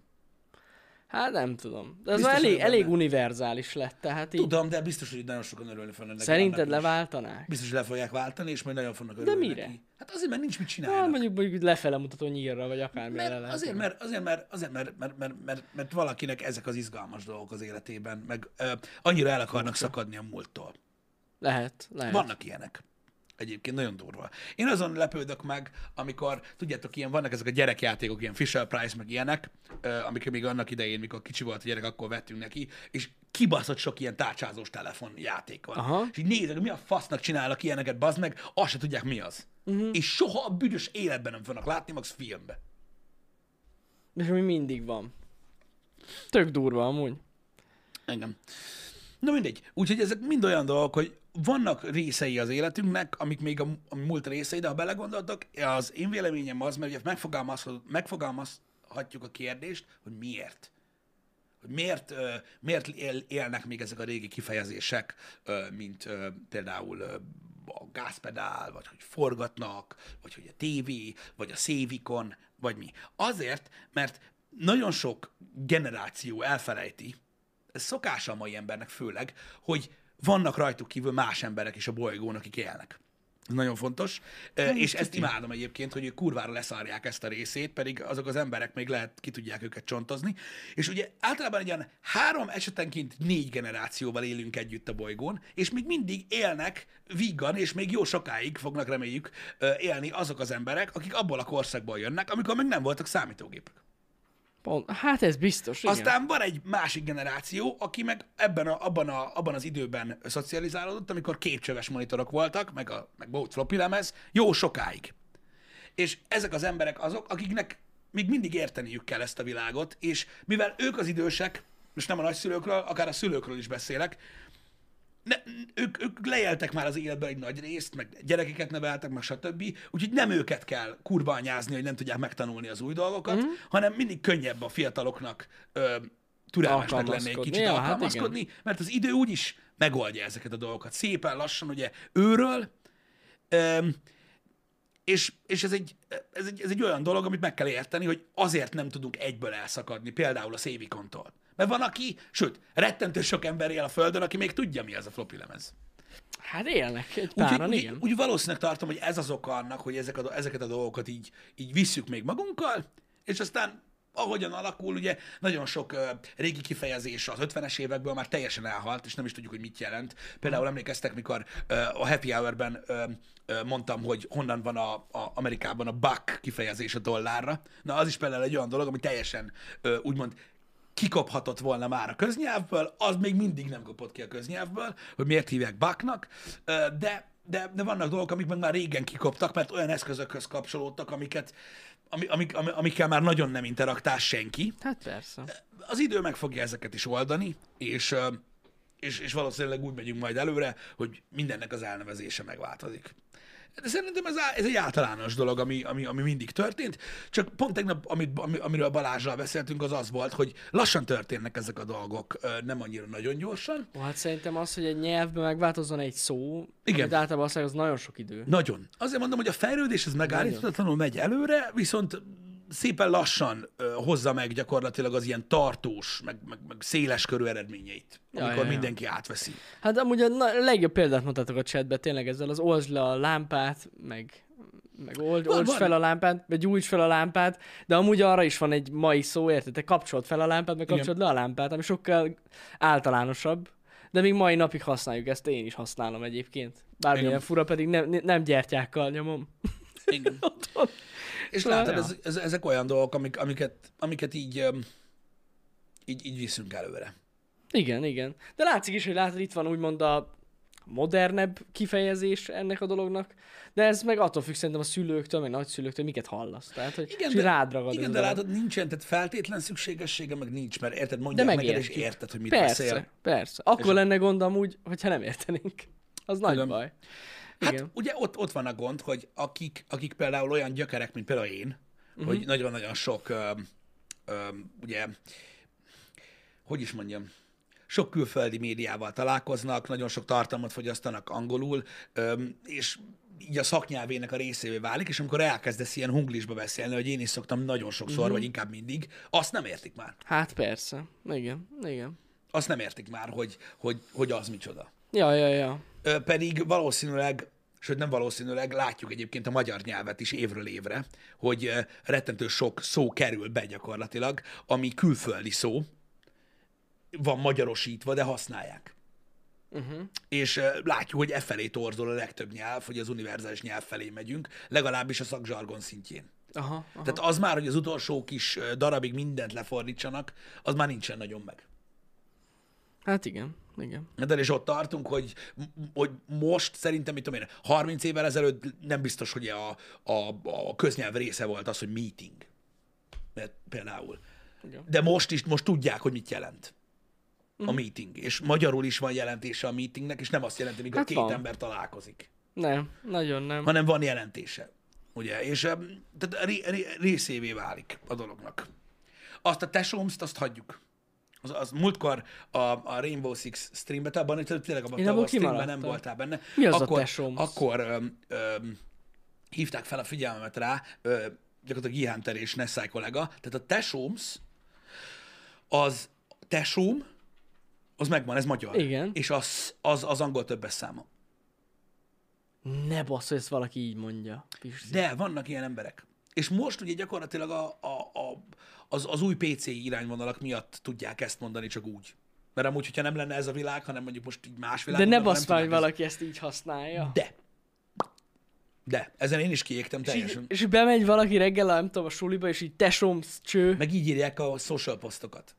Speaker 2: Hát nem tudom. De ez
Speaker 1: Biztos
Speaker 2: már elég,
Speaker 1: vagyok benne.
Speaker 2: elég univerzális lett, tehát így.
Speaker 1: Tudom, de biztos, hogy nagyon sokan örülni fognak neki.
Speaker 2: Szerinted
Speaker 1: annak is.
Speaker 2: leváltanák?
Speaker 1: Biztos, hogy le fogják váltani, és majd nagyon fognak örülni
Speaker 2: mire?
Speaker 1: Neki. Hát azért, mert nincs mit csinálni.
Speaker 2: Hát mondjuk, mondjuk lefele mutató nyírra, vagy akármire
Speaker 1: Mert
Speaker 2: lehet.
Speaker 1: azért, mert, azért, mert, azért mert, mert, mert, mert, mert valakinek ezek az izgalmas dolgok az életében, meg ö, annyira el akarnak szakadni a múlttól.
Speaker 2: Lehet, lehet.
Speaker 1: Vannak ilyenek. Egyébként nagyon durva. Én azon lepődök meg, amikor, tudjátok, ilyen vannak ezek a gyerekjátékok, ilyen Fisher Price, meg ilyenek, ö, amikor még annak idején, mikor kicsi volt a gyerek, akkor vettünk neki, és kibaszott sok ilyen tárcsázós telefonjáték van.
Speaker 2: Aha.
Speaker 1: És így nézek, mi a fasznak csinálnak ilyeneket, bazd meg, azt se tudják mi az.
Speaker 2: Mhm.
Speaker 1: Uh-huh. És soha a büdös életben nem fognak látni, max filmbe.
Speaker 2: És mi mindig van. Tök durva amúgy.
Speaker 1: Engem. Na mindegy. Úgyhogy ezek mind olyan dolgok, hogy vannak részei az életünknek, amik még a, a múlt részei, de ha belegondoltak, az én véleményem az, mert ugye megfogalmazhat- megfogalmazhatjuk a kérdést, hogy miért. Hogy miért, ö, miért él, élnek még ezek a régi kifejezések, ö, mint ö, például ö, a gázpedál, vagy hogy forgatnak, vagy hogy a tévé, vagy a szévikon, vagy mi. Azért, mert nagyon sok generáció elfelejti, ez szokása a mai embernek főleg, hogy vannak rajtuk kívül más emberek is a bolygón, akik élnek. Ez nagyon fontos, Ö, és ezt imádom egyébként, hogy ők kurvára leszárják ezt a részét, pedig azok az emberek még lehet, ki tudják őket csontozni. És ugye általában egy ilyen három esetenként négy generációval élünk együtt a bolygón, és még mindig élnek vígan, és még jó sokáig fognak reméljük ö, élni azok az emberek, akik abból a korszakból jönnek, amikor még nem voltak számítógépek.
Speaker 2: Pont. Hát ez biztos, igen.
Speaker 1: Aztán van egy másik generáció, aki meg ebben a, abban, a, abban az időben szocializálódott, amikor képcsöves monitorok voltak, meg, a, meg volt floppy lemez, jó sokáig. És ezek az emberek azok, akiknek még mindig érteniük kell ezt a világot, és mivel ők az idősek, most nem a nagyszülőkről, akár a szülőkről is beszélek, ne, ők, ők leéltek már az életben egy nagy részt, meg gyerekeket neveltek, meg stb. Úgyhogy nem őket kell kurva anyázni, hogy nem tudják megtanulni az új dolgokat,
Speaker 2: Mhm.
Speaker 1: mm. hanem mindig könnyebb a fiataloknak ö, türelmesnek lenni egy
Speaker 2: Alkalmazkodni.
Speaker 1: kicsit
Speaker 2: Ja, hát
Speaker 1: alkalmazkodni, mert az idő úgyis megoldja ezeket a dolgokat. Szépen lassan, ugye, őről, ö, és, és ez, egy, ez, egy, ez egy olyan dolog, amit meg kell érteni, hogy azért nem tudunk egyből elszakadni, például a szévikontól. Mert van, aki, sőt, rettentő sok ember él a Földön, aki még tudja, mi az a floppy lemez.
Speaker 2: Hát élnek egy
Speaker 1: Úgyhogy
Speaker 2: páran,
Speaker 1: úgy,
Speaker 2: igen.
Speaker 1: úgy valószínűleg tartom, hogy ez az oka annak, hogy ezek a, do- ezeket a dolgokat így, így visszük még magunkkal, és aztán ahogyan alakul, ugye nagyon sok ö, régi kifejezés az 50-es évekből már teljesen elhalt, és nem is tudjuk, hogy mit jelent. Például emlékeztek, mikor ö, a Happy Hour-ben ö, ö, mondtam, hogy honnan van a, a Amerikában a buck kifejezés a dollárra. Na, az is például egy olyan dolog, ami teljesen ö, úgymond kikophatott volna már a köznyelvből, az még mindig nem kopott ki a köznyelvből, hogy miért hívják baknak, ö, de, de, de vannak dolgok, amik meg már régen kikoptak, mert olyan eszközökhöz kapcsolódtak, amiket, ami, amik, ami- amikkel már nagyon nem interaktál senki.
Speaker 2: Hát persze.
Speaker 1: Az idő meg fogja ezeket is oldani, és, ö, és, és valószínűleg úgy megyünk majd előre, hogy mindennek az elnevezése megváltozik. De szerintem ez, á- ez egy általános dolog, ami, ami, ami mindig történt, csak pont tegnap, amit, ami, amiről Balázsral beszéltünk, az az volt, hogy lassan történnek ezek a dolgok, ö, nem annyira nagyon gyorsan.
Speaker 2: Ó, hát szerintem az, hogy egy nyelvben megváltozzon egy szó,
Speaker 1: Igen.
Speaker 2: amit általában azt mondják, az nagyon sok idő.
Speaker 1: Nagyon. Azért mondom, hogy a fejlődés az megállíthatatlanul megy előre, viszont szépen lassan ö, hozza meg gyakorlatilag az ilyen tartós, meg, meg, meg széles körű eredményeit,
Speaker 2: Ja,
Speaker 1: amikor
Speaker 2: ja, ja.
Speaker 1: mindenki átveszi.
Speaker 2: Hát amúgy a na- legjobb példát mutatok a chatbe tényleg ezzel, az olds le a lámpát, meg, meg old,
Speaker 1: Van-
Speaker 2: olds
Speaker 1: van.
Speaker 2: fel a lámpát, vagy gyújts fel a lámpát, de amúgy arra is van egy mai szó, érted? Te kapcsold fel a lámpát, meg
Speaker 1: Igen.
Speaker 2: kapcsold le a lámpát, ami sokkal általánosabb, de még mai napig használjuk ezt, én is használom egyébként. Bármilyen
Speaker 1: Igen.
Speaker 2: fura, pedig nem, nem gyertyákkal nyomom. (laughs)
Speaker 1: Igen. És látod,
Speaker 2: Ja.
Speaker 1: ez, ez, ezek olyan dolgok, amik, amiket, amiket így, öm, így, így viszünk előre.
Speaker 2: Igen, igen. De látszik is, hogy látod, itt van úgymond a modernebb kifejezés ennek a dolognak, de ez meg attól függ szerintem a szülőktől, meg nagyszülőktől, miket hallasz. Tehát, hogy
Speaker 1: Igen,
Speaker 2: és így rád ragad
Speaker 1: igen,
Speaker 2: ez a
Speaker 1: de
Speaker 2: dolog.
Speaker 1: látod, nincsen, tehát feltétlen szükségessége meg nincs, mert érted, mondják de neked, és
Speaker 2: megértjük.
Speaker 1: érted, hogy mit
Speaker 2: Persze,
Speaker 1: beszél.
Speaker 2: persze. Akkor lenne gond amúgy, hogyha nem értenénk. Az nagy
Speaker 1: Tudom.
Speaker 2: baj.
Speaker 1: Hát
Speaker 2: Igen.
Speaker 1: ugye ott, ott van a gond, hogy akik, akik például olyan gyökerek, mint például én, uh-huh. hogy nagyon-nagyon sok, öm, öm, ugye, hogy is mondjam, sok külföldi médiával találkoznak, nagyon sok tartalmat fogyasztanak angolul, öm, és így a szaknyelvének a részévé válik, és amikor elkezdesz ilyen hunglisba beszélni, hogy én is szoktam nagyon sokszor, uh-huh. vagy inkább mindig, azt nem értik már.
Speaker 2: Hát persze. Igen, igen.
Speaker 1: Azt nem értik már, hogy, hogy, hogy az micsoda.
Speaker 2: Ja, ja, ja.
Speaker 1: Ö, pedig valószínűleg, sőt nem valószínűleg, látjuk egyébként a magyar nyelvet is évről évre, hogy ö, rettentő sok szó kerül be gyakorlatilag, ami külföldi szó, van magyarosítva, de használják. És ö, látjuk, hogy e felé torzol a legtöbb nyelv, hogy az univerzális nyelv felé megyünk, legalábbis a szakzsargon szintjén.
Speaker 2: Aha, aha.
Speaker 1: Tehát az már, hogy az utolsó kis ö, darabig mindent lefordítsanak, az már nincsen nagyon meg.
Speaker 2: Hát igen, igen.
Speaker 1: De és ott tartunk, hogy, hogy most szerintem, mit tudom én, 30 évvel ezelőtt nem biztos, hogy a, a, a köznyelv része volt az, hogy meeting. Mert például.
Speaker 2: Igen.
Speaker 1: De most is, most tudják, hogy mit jelent. a meeting. És magyarul is van jelentése a meetingnek, és nem azt jelenti, hogy a
Speaker 2: Hát
Speaker 1: két
Speaker 2: van.
Speaker 1: ember találkozik,
Speaker 2: Nem, nagyon nem.
Speaker 1: hanem van jelentése. Ugye? És em, tehát ré, ré, részévé válik a dolognak. Azt a tesómst, azt hagyjuk. Az, az múltkor a, a Rainbow Six streambe, te abban, tényleg abban,
Speaker 2: Én
Speaker 1: te
Speaker 2: abból
Speaker 1: abban a streamben nem
Speaker 2: kimaradtam.
Speaker 1: voltál benne.
Speaker 2: Mi az a
Speaker 1: akkor,
Speaker 2: tesómsz?
Speaker 1: Akkor öm, öm, hívták fel a figyelmemet rá, ö, gyakorlatilag Ihán Ter és Nessai kollega, tehát a tesómsz, az tesóm, az megvan, ez magyar.
Speaker 2: Igen.
Speaker 1: És az, az, az angol többes száma.
Speaker 2: Ne bassz, hogy ezt valaki így mondja. Pisti.
Speaker 1: De vannak ilyen emberek. És most ugye gyakorlatilag a, a, a, az, az új PC irányvonalak miatt tudják ezt mondani csak úgy. Mert amúgy, hogyha nem lenne ez a világ, hanem mondjuk most így más világ.
Speaker 2: De ne
Speaker 1: nem
Speaker 2: basz már, hogy
Speaker 1: tudnánk
Speaker 2: valaki ezt így használja.
Speaker 1: ezt- De. De. Ezen én is kiégtem
Speaker 2: És így,
Speaker 1: teljesen.
Speaker 2: és így bemegy valaki reggel, nem tudom, a suliba, és így tesom, cső.
Speaker 1: Meg így írják a social posztokat.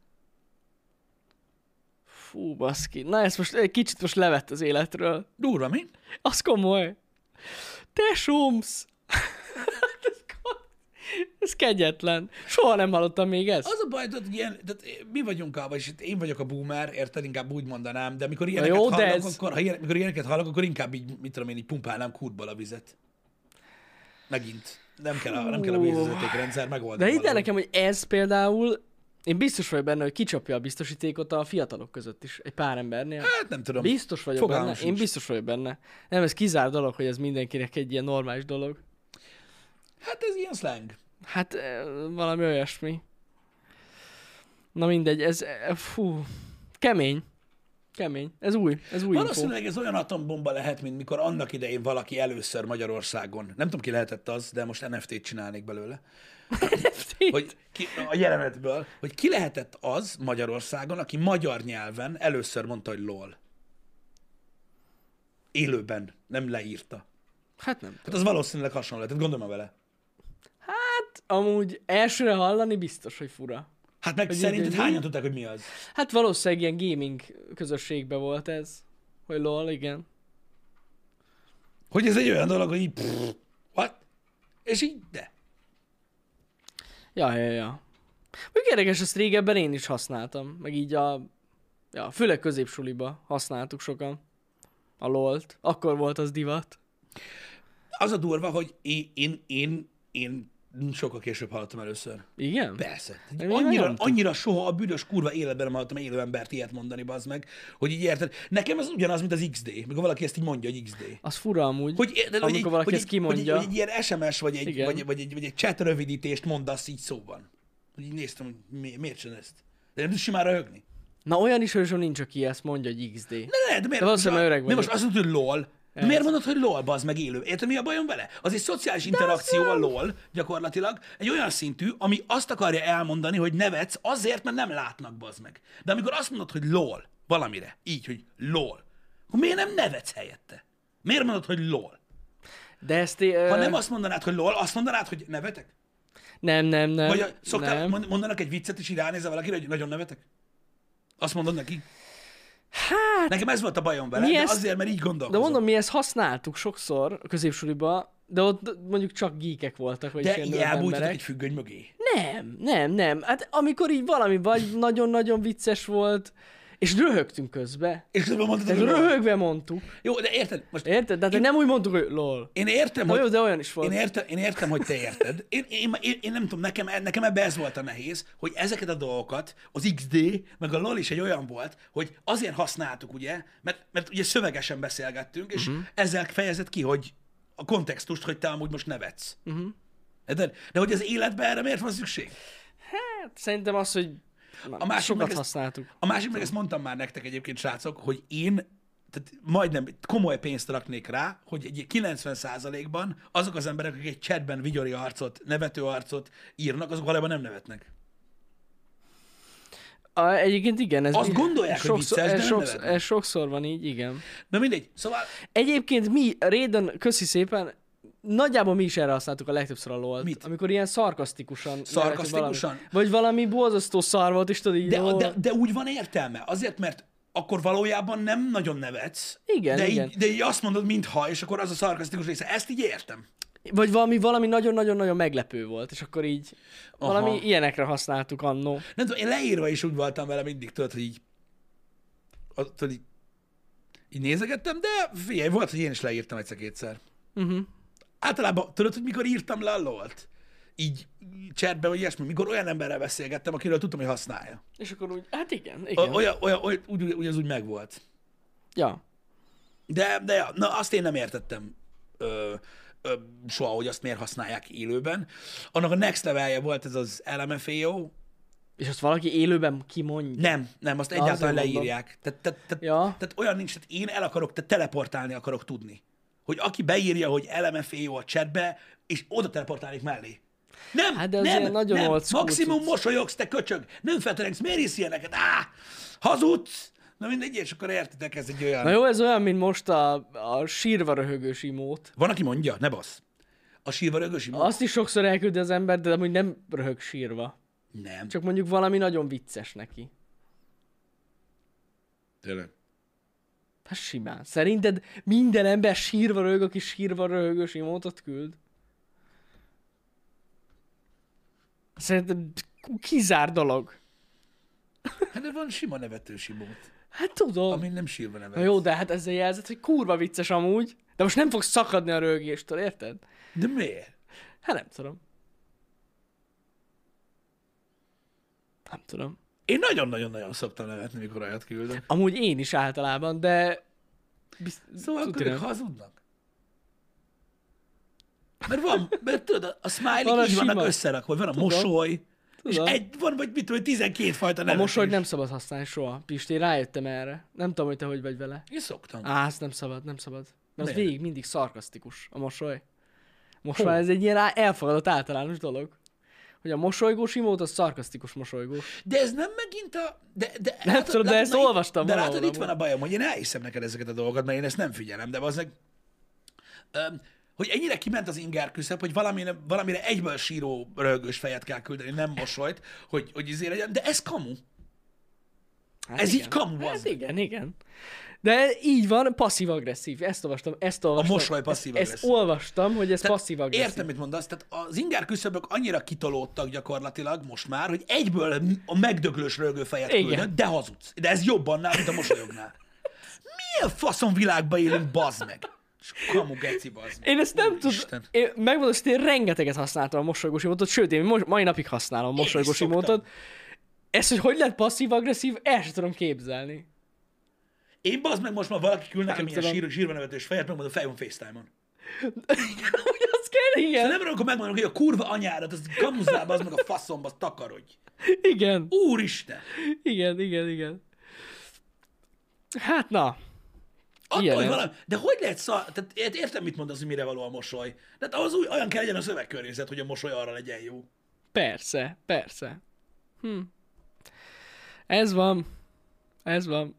Speaker 2: Fú, baszki. Na ezt most egy kicsit most levett az életről.
Speaker 1: Durva, mi?
Speaker 2: Az komoly. Tesomsz! (laughs) ez, ko- ez kegyetlen. Soha nem hallottam még ezt.
Speaker 1: Az a baj, tudod, hogy ilyen, tehát mi vagyunk a, vagyis én vagyok a boomer, érted, inkább úgy mondanám, de mikor ilyeneket,
Speaker 2: jó, de
Speaker 1: hallok,
Speaker 2: ez-
Speaker 1: akkor, ha ilyen, mikor ilyeneket hallok, akkor inkább így, mit tudom én, így pumpálnám kútból a vizet. Megint. Nem kell a, nem kell a vízvezetékrendszer, megoldani.
Speaker 2: De hidd el
Speaker 1: valahogy.
Speaker 2: nekem, hogy ez például, én biztos vagyok benne, hogy kicsapja a biztosítékot a fiatalok között is, egy pár embernél.
Speaker 1: Hát nem tudom.
Speaker 2: Biztos vagyok
Speaker 1: Fogalmam
Speaker 2: benne, én
Speaker 1: sincs.
Speaker 2: biztos vagyok benne. Nem, ez kizár dolog, hogy ez mindenkinek egy ilyen normális dolog.
Speaker 1: Hát ez ilyen slang.
Speaker 2: Hát eh, valami olyasmi. Na mindegy, ez, eh, fú, kemény. Kemény. Ez új, ez új info.
Speaker 1: Valószínűleg ez olyan atombomba lehet, mint mikor annak idején valaki először Magyarországon, nem tudom ki lehetett az, de most NFT-t csinálnék belőle, hogy ki, (laughs) a jelenetből, hogy ki lehetett az Magyarországon, aki magyar nyelven először mondta, hogy lol. Élőben, nem leírta.
Speaker 2: Hát nem.
Speaker 1: Hát az valószínűleg hasonló lehetett, gondolom vele.
Speaker 2: Hát amúgy elsőre hallani biztos, hogy fura.
Speaker 1: Hát meg
Speaker 2: Hogy
Speaker 1: szerinted
Speaker 2: így-
Speaker 1: hányan tudták, hogy mi az?
Speaker 2: Hát valószínűleg ilyen gaming közösségben volt ez. Hogy lol, igen.
Speaker 1: Hogy ez egy olyan dolog, hogy így, pff, what? És így, de.
Speaker 2: Ja, ja, ja. Még érdekes, ezt régebben én is használtam. Meg így a... Ja, főleg középsuliba használtuk sokan. A lolt. Akkor volt az divat.
Speaker 1: Az a durva, hogy én, én, én, én sokkal később hallottam először.
Speaker 2: Igen?
Speaker 1: Persze.
Speaker 2: De mi
Speaker 1: Annyira,
Speaker 2: nem tud-
Speaker 1: annyira soha a büdös kurva életben nem hallottam élő embert ilyet mondani, bazd meg, hogy így érted. Nekem ez ugyanaz, mint az XD, mikor valaki ezt így mondja, hogy XD.
Speaker 2: Az fura amúgy.
Speaker 1: Hogy, érted, hogy,
Speaker 2: Amikor
Speaker 1: egy-
Speaker 2: valaki
Speaker 1: hogy,
Speaker 2: ezt
Speaker 1: egy-
Speaker 2: kimondja.
Speaker 1: Hogy, egy- hogy egy ilyen SMS vagy egy,
Speaker 2: Igen.
Speaker 1: vagy, vagy, egy, vagy egy chat rövidítést mondasz így szóban. Hogy így néztem, hogy mi, miért csinál ezt. De nem tudsz simán röhögni.
Speaker 2: Na olyan is, hogy nincs, aki ezt mondja, hogy XD.
Speaker 1: De lehet, de miért?
Speaker 2: De valószínűleg
Speaker 1: most,
Speaker 2: már öreg
Speaker 1: de most
Speaker 2: vagyok.
Speaker 1: azt mondod, hogy lol. De miért mondod, hogy lol, bazd meg élő? Érted, mi a bajom vele? Az egy szociális interakció a lol gyakorlatilag, egy olyan szintű, ami azt akarja elmondani, hogy nevetsz azért, mert nem látnak, bazd meg. De amikor azt mondod, hogy lol valamire, így, hogy lol, akkor miért nem nevetsz helyette? Miért mondod, hogy lol?
Speaker 2: De ezt... Ö...
Speaker 1: Ha nem azt mondanád, hogy lol, azt mondanád, hogy nevetek?
Speaker 2: nem, nem, nem.
Speaker 1: Vagy a- szoktál,
Speaker 2: nem.
Speaker 1: mond- mondanak egy viccet, és így ránézel valakire, hogy nagyon nevetek? Azt mondod neki?
Speaker 2: Hát,
Speaker 1: Nekem ez volt a bajom vele,
Speaker 2: Mi
Speaker 1: de
Speaker 2: ezt-
Speaker 1: azért, mert így
Speaker 2: de
Speaker 1: gondolkozom.
Speaker 2: mondom, mi ezt használtuk sokszor a középsuliba, de ott mondjuk csak geekek voltak, vagy
Speaker 1: de
Speaker 2: ilyen
Speaker 1: így
Speaker 2: nerd
Speaker 1: elbújtatok
Speaker 2: emberek.
Speaker 1: egy függöny mögé.
Speaker 2: Nem, nem, nem. Hát amikor így valami vagy nagyon-nagyon vicces volt, és röhögtünk közbe.
Speaker 1: És közben mondtad,
Speaker 2: Tehát
Speaker 1: hogy lol.
Speaker 2: röhögve mondtuk.
Speaker 1: Jó, de érted, most
Speaker 2: Érted? Tehát nem úgy mondtuk, hogy lol.
Speaker 1: én értem,
Speaker 2: Na
Speaker 1: hogy...
Speaker 2: jó, de olyan is volt.
Speaker 1: Én értem, én értem, hogy te érted. Én, én, én, én nem tudom, nekem, nekem ebbe ez volt a nehéz, hogy ezeket a dolgokat, az XD, meg a LOL is egy olyan volt, hogy azért használtuk, ugye, mert, mert ugye szövegesen beszélgettünk, és
Speaker 2: Mhm.
Speaker 1: uh-huh. ezzel fejezett ki, hogy a kontextust, hogy te amúgy most nevetsz.
Speaker 2: Mhm.
Speaker 1: Uh-huh. De, de hogy az életben erre miért van szükség?
Speaker 2: Hát, szerintem az, hogy
Speaker 1: A másik meg
Speaker 2: sokat
Speaker 1: ezt-
Speaker 2: használtuk.
Speaker 1: A másik, meg ezt mondtam már nektek egyébként, srácok, hogy én tehát majdnem komoly pénzt raknék rá, hogy egy 90%-ban azok az emberek, akik egy chatben vigyori arcot, nevető arcot írnak, azok valójában nem nevetnek.
Speaker 2: A, egyébként igen, ez
Speaker 1: Azt
Speaker 2: mi-
Speaker 1: gondolják, hogy
Speaker 2: sokszor,
Speaker 1: vicces, de
Speaker 2: ez,
Speaker 1: nem
Speaker 2: sokszor,
Speaker 1: nevetnek.
Speaker 2: ez sokszor van így, igen.
Speaker 1: Na mindegy, szóval
Speaker 2: Egyébként mi, Raiden, köszi szépen, nagyjából mi is erre használtuk a legtöbbször a lol
Speaker 1: Mit?
Speaker 2: Amikor ilyen szarkasztikusan. nevetünk
Speaker 1: Szarkasztikusan?
Speaker 2: valamit. Vagy valami borzasztó szar volt, és tudod így,
Speaker 1: de,
Speaker 2: lol.
Speaker 1: de, de úgy van értelme. Azért, mert akkor valójában nem nagyon nevetsz.
Speaker 2: Igen,
Speaker 1: de
Speaker 2: igen.
Speaker 1: Így, de így azt mondod, mintha, és akkor az a szarkasztikus része. Ezt így értem.
Speaker 2: Vagy valami, valami nagyon-nagyon-nagyon meglepő volt, és akkor így
Speaker 1: Aha.
Speaker 2: valami ilyenekre használtuk annó.
Speaker 1: Nem tudom, én leírva is úgy voltam vele mindig, tudod, hogy így attól így, így nézegettem, de figyelj, volt, hogy én is leírtam egyszer-kétszer.
Speaker 2: Uh-huh.
Speaker 1: Általában tudod, hogy mikor írtam le a LOL-t? Így cserbe, vagy ilyesmi, mikor olyan emberrel beszélgettem, akiről tudtam, hogy használja.
Speaker 2: És akkor úgy, hát igen,
Speaker 1: O-
Speaker 2: igen.
Speaker 1: Olyan, olyan, olyan úgy, úgy, az úgy megvolt.
Speaker 2: Ja.
Speaker 1: De, de ja, na, azt én nem értettem ö, ö, soha, hogy azt miért használják élőben. Annak a next levelje volt ez az LMFAO.
Speaker 2: És azt valaki élőben kimondja.
Speaker 1: Nem, nem, azt
Speaker 2: azért
Speaker 1: egyáltalán
Speaker 2: mondom.
Speaker 1: leírják. Tehát, tehát, tehát,
Speaker 2: Ja.
Speaker 1: tehát olyan nincs, tehát én el akarok, tehát teleportálni akarok tudni. Hogy aki beírja, hogy LMFAO a chatbe, és oda teleportálik mellé. Nem,
Speaker 2: Hát de az
Speaker 1: nem,
Speaker 2: ilyen nagyon
Speaker 1: nem.
Speaker 2: old school
Speaker 1: Maximum
Speaker 2: cucc.
Speaker 1: mosolyogsz, te köcsög. Nem feltelengsz, miért hisz ilyeneket? Á, hazudsz! Na mindegy, és akkor értitek, ez egy olyan...
Speaker 2: Na jó, ez olyan, mint most a, a sírva röhögős imót.
Speaker 1: Van, aki mondja, ne basz. A sírva rögös imó?
Speaker 2: Azt is sokszor elküldi az ember, de amúgy nem röhög sírva.
Speaker 1: Nem.
Speaker 2: Csak mondjuk valami nagyon vicces neki.
Speaker 1: Tényleg.
Speaker 2: Hát simán. Szerinted minden ember sírva röhög, aki sírva röhögős imótot küld? Szerinted kizár dolog.
Speaker 1: Hát de van sima nevetős imót,
Speaker 2: Hát tudom.
Speaker 1: ami nem sírva nevet.
Speaker 2: Na jó, de hát ezzel jelzett, hogy kurva vicces amúgy. De most nem fogsz szakadni a röhögéstől, érted?
Speaker 1: De miért?
Speaker 2: Hát nem tudom. Nem tudom.
Speaker 1: Én nagyon-nagyon-nagyon szoktam nevetni, mikor olyat küldök.
Speaker 2: Amúgy én is általában, de... Bizt...
Speaker 1: Szóval
Speaker 2: Tudni
Speaker 1: akkor ők
Speaker 2: nem.
Speaker 1: hazudnak. Mert van, mert tudod, a smiley
Speaker 2: Van a
Speaker 1: így vannak
Speaker 2: sima.
Speaker 1: összerakva, van a mosoly,
Speaker 2: Tudom.
Speaker 1: és egy van, vagy mit tudom, 12 fajta
Speaker 2: A
Speaker 1: nevetés.
Speaker 2: mosolyt nem szabad használni soha. Pisti, én rájöttem erre. Nem tudom, hogy te hogy vagy vele.
Speaker 1: Én szoktam.
Speaker 2: Á, ezt nem szabad, nem szabad. Mert az
Speaker 1: Miért?
Speaker 2: végig mindig szarkasztikus, a mosoly. Most már ez egy ilyen á- elfogadott általános dolog. Hogy a mosolygós imót, az szarkasztikus mosolygós.
Speaker 1: De ez nem megint a... De, de, nem
Speaker 2: tudom, de ezt olvastam
Speaker 1: De látod,
Speaker 2: valahol
Speaker 1: itt van
Speaker 2: amúgy.
Speaker 1: a bajom, hogy én elhiszem neked ezeket a dolgokat, mert én ezt nem figyelem, de az hogy ennyire kiment az inger küszöb, hogy valamire, valamire egyből síró rögös fejet kell küldeni, nem mosolyt, hogy, hogy izé legyen, de ez kamu.
Speaker 2: Hát
Speaker 1: Ez
Speaker 2: igen.
Speaker 1: így kamu az.
Speaker 2: Hát igen, igen. De így van, passzív-agresszív. Ezt olvastam, ezt olvastam.
Speaker 1: mosoly
Speaker 2: Ezt-
Speaker 1: passzív-agresszív.
Speaker 2: Ezt olvastam, hogy ez
Speaker 1: Tehát
Speaker 2: passzív-agresszív.
Speaker 1: Értem, mit mondasz. Tehát az inger küszöbök annyira kitolódtak gyakorlatilag most már, hogy egyből a megdöglős rögő fejet
Speaker 2: Igen.
Speaker 1: küldök, de hazudsz. De ez jobb annál, mint a mosolyognál. Milyen faszom világban élünk, bazd meg? És kamu geci, bazd meg.
Speaker 2: Én ezt nem tudom.
Speaker 1: Isten.
Speaker 2: Én megmondom, hogy én rengeteget használtam a mosolygós imótot, sőt, én most, mai napig használom a mosolygós
Speaker 1: szoktam.
Speaker 2: imótot. Ezt, hogy hogy lett passzív-agresszív, el sem tudom képzelni.
Speaker 1: Én bazd meg most már valaki küld nekem
Speaker 2: Nem
Speaker 1: ilyen
Speaker 2: tudom.
Speaker 1: sír, sírva nevetős fejet, megmondom, fel van FaceTime-on.
Speaker 2: Hogy az kell,
Speaker 1: De
Speaker 2: igen.
Speaker 1: nem akkor megmondom, hogy a kurva anyádat, az kamuzzál, bazd meg a faszomba, azt takarodj.
Speaker 2: Igen,
Speaker 1: Úristen!
Speaker 2: igen, igen, igen. Hát na,
Speaker 1: Attól,
Speaker 2: Ilyen
Speaker 1: hogy
Speaker 2: ez.
Speaker 1: valami, de hogy lehet szar, tehát ért- értem, mit mondasz, hogy mire való a mosoly. Tehát az úgy, olyan kell legyen a szövegkörnyezet, hogy a mosoly arra legyen jó.
Speaker 2: persze, persze. Hm. Ez van, ez van.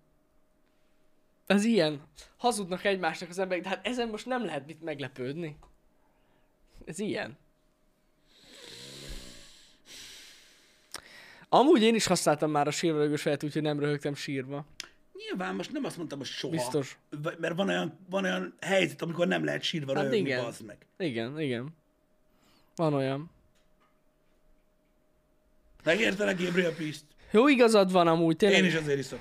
Speaker 2: Ez ilyen. Hazudnak egymásnak az emberek, de hát ezen most nem lehet mit meglepődni. Ez ilyen. Amúgy én is használtam már a sírva fejet, úgyhogy nem röhögtem sírva.
Speaker 1: Nyilván most nem azt mondtam, hogy soha.
Speaker 2: Biztos.
Speaker 1: V- Mert van olyan, van olyan helyzet, amikor nem lehet sírva hát
Speaker 2: Hát
Speaker 1: röhögni,
Speaker 2: igen.
Speaker 1: bazd meg.
Speaker 2: Igen, igen. Van olyan.
Speaker 1: Megértelek, Gabriel Pist?
Speaker 2: Jó, igazad van amúgy, tényleg.
Speaker 1: Én is azért iszok.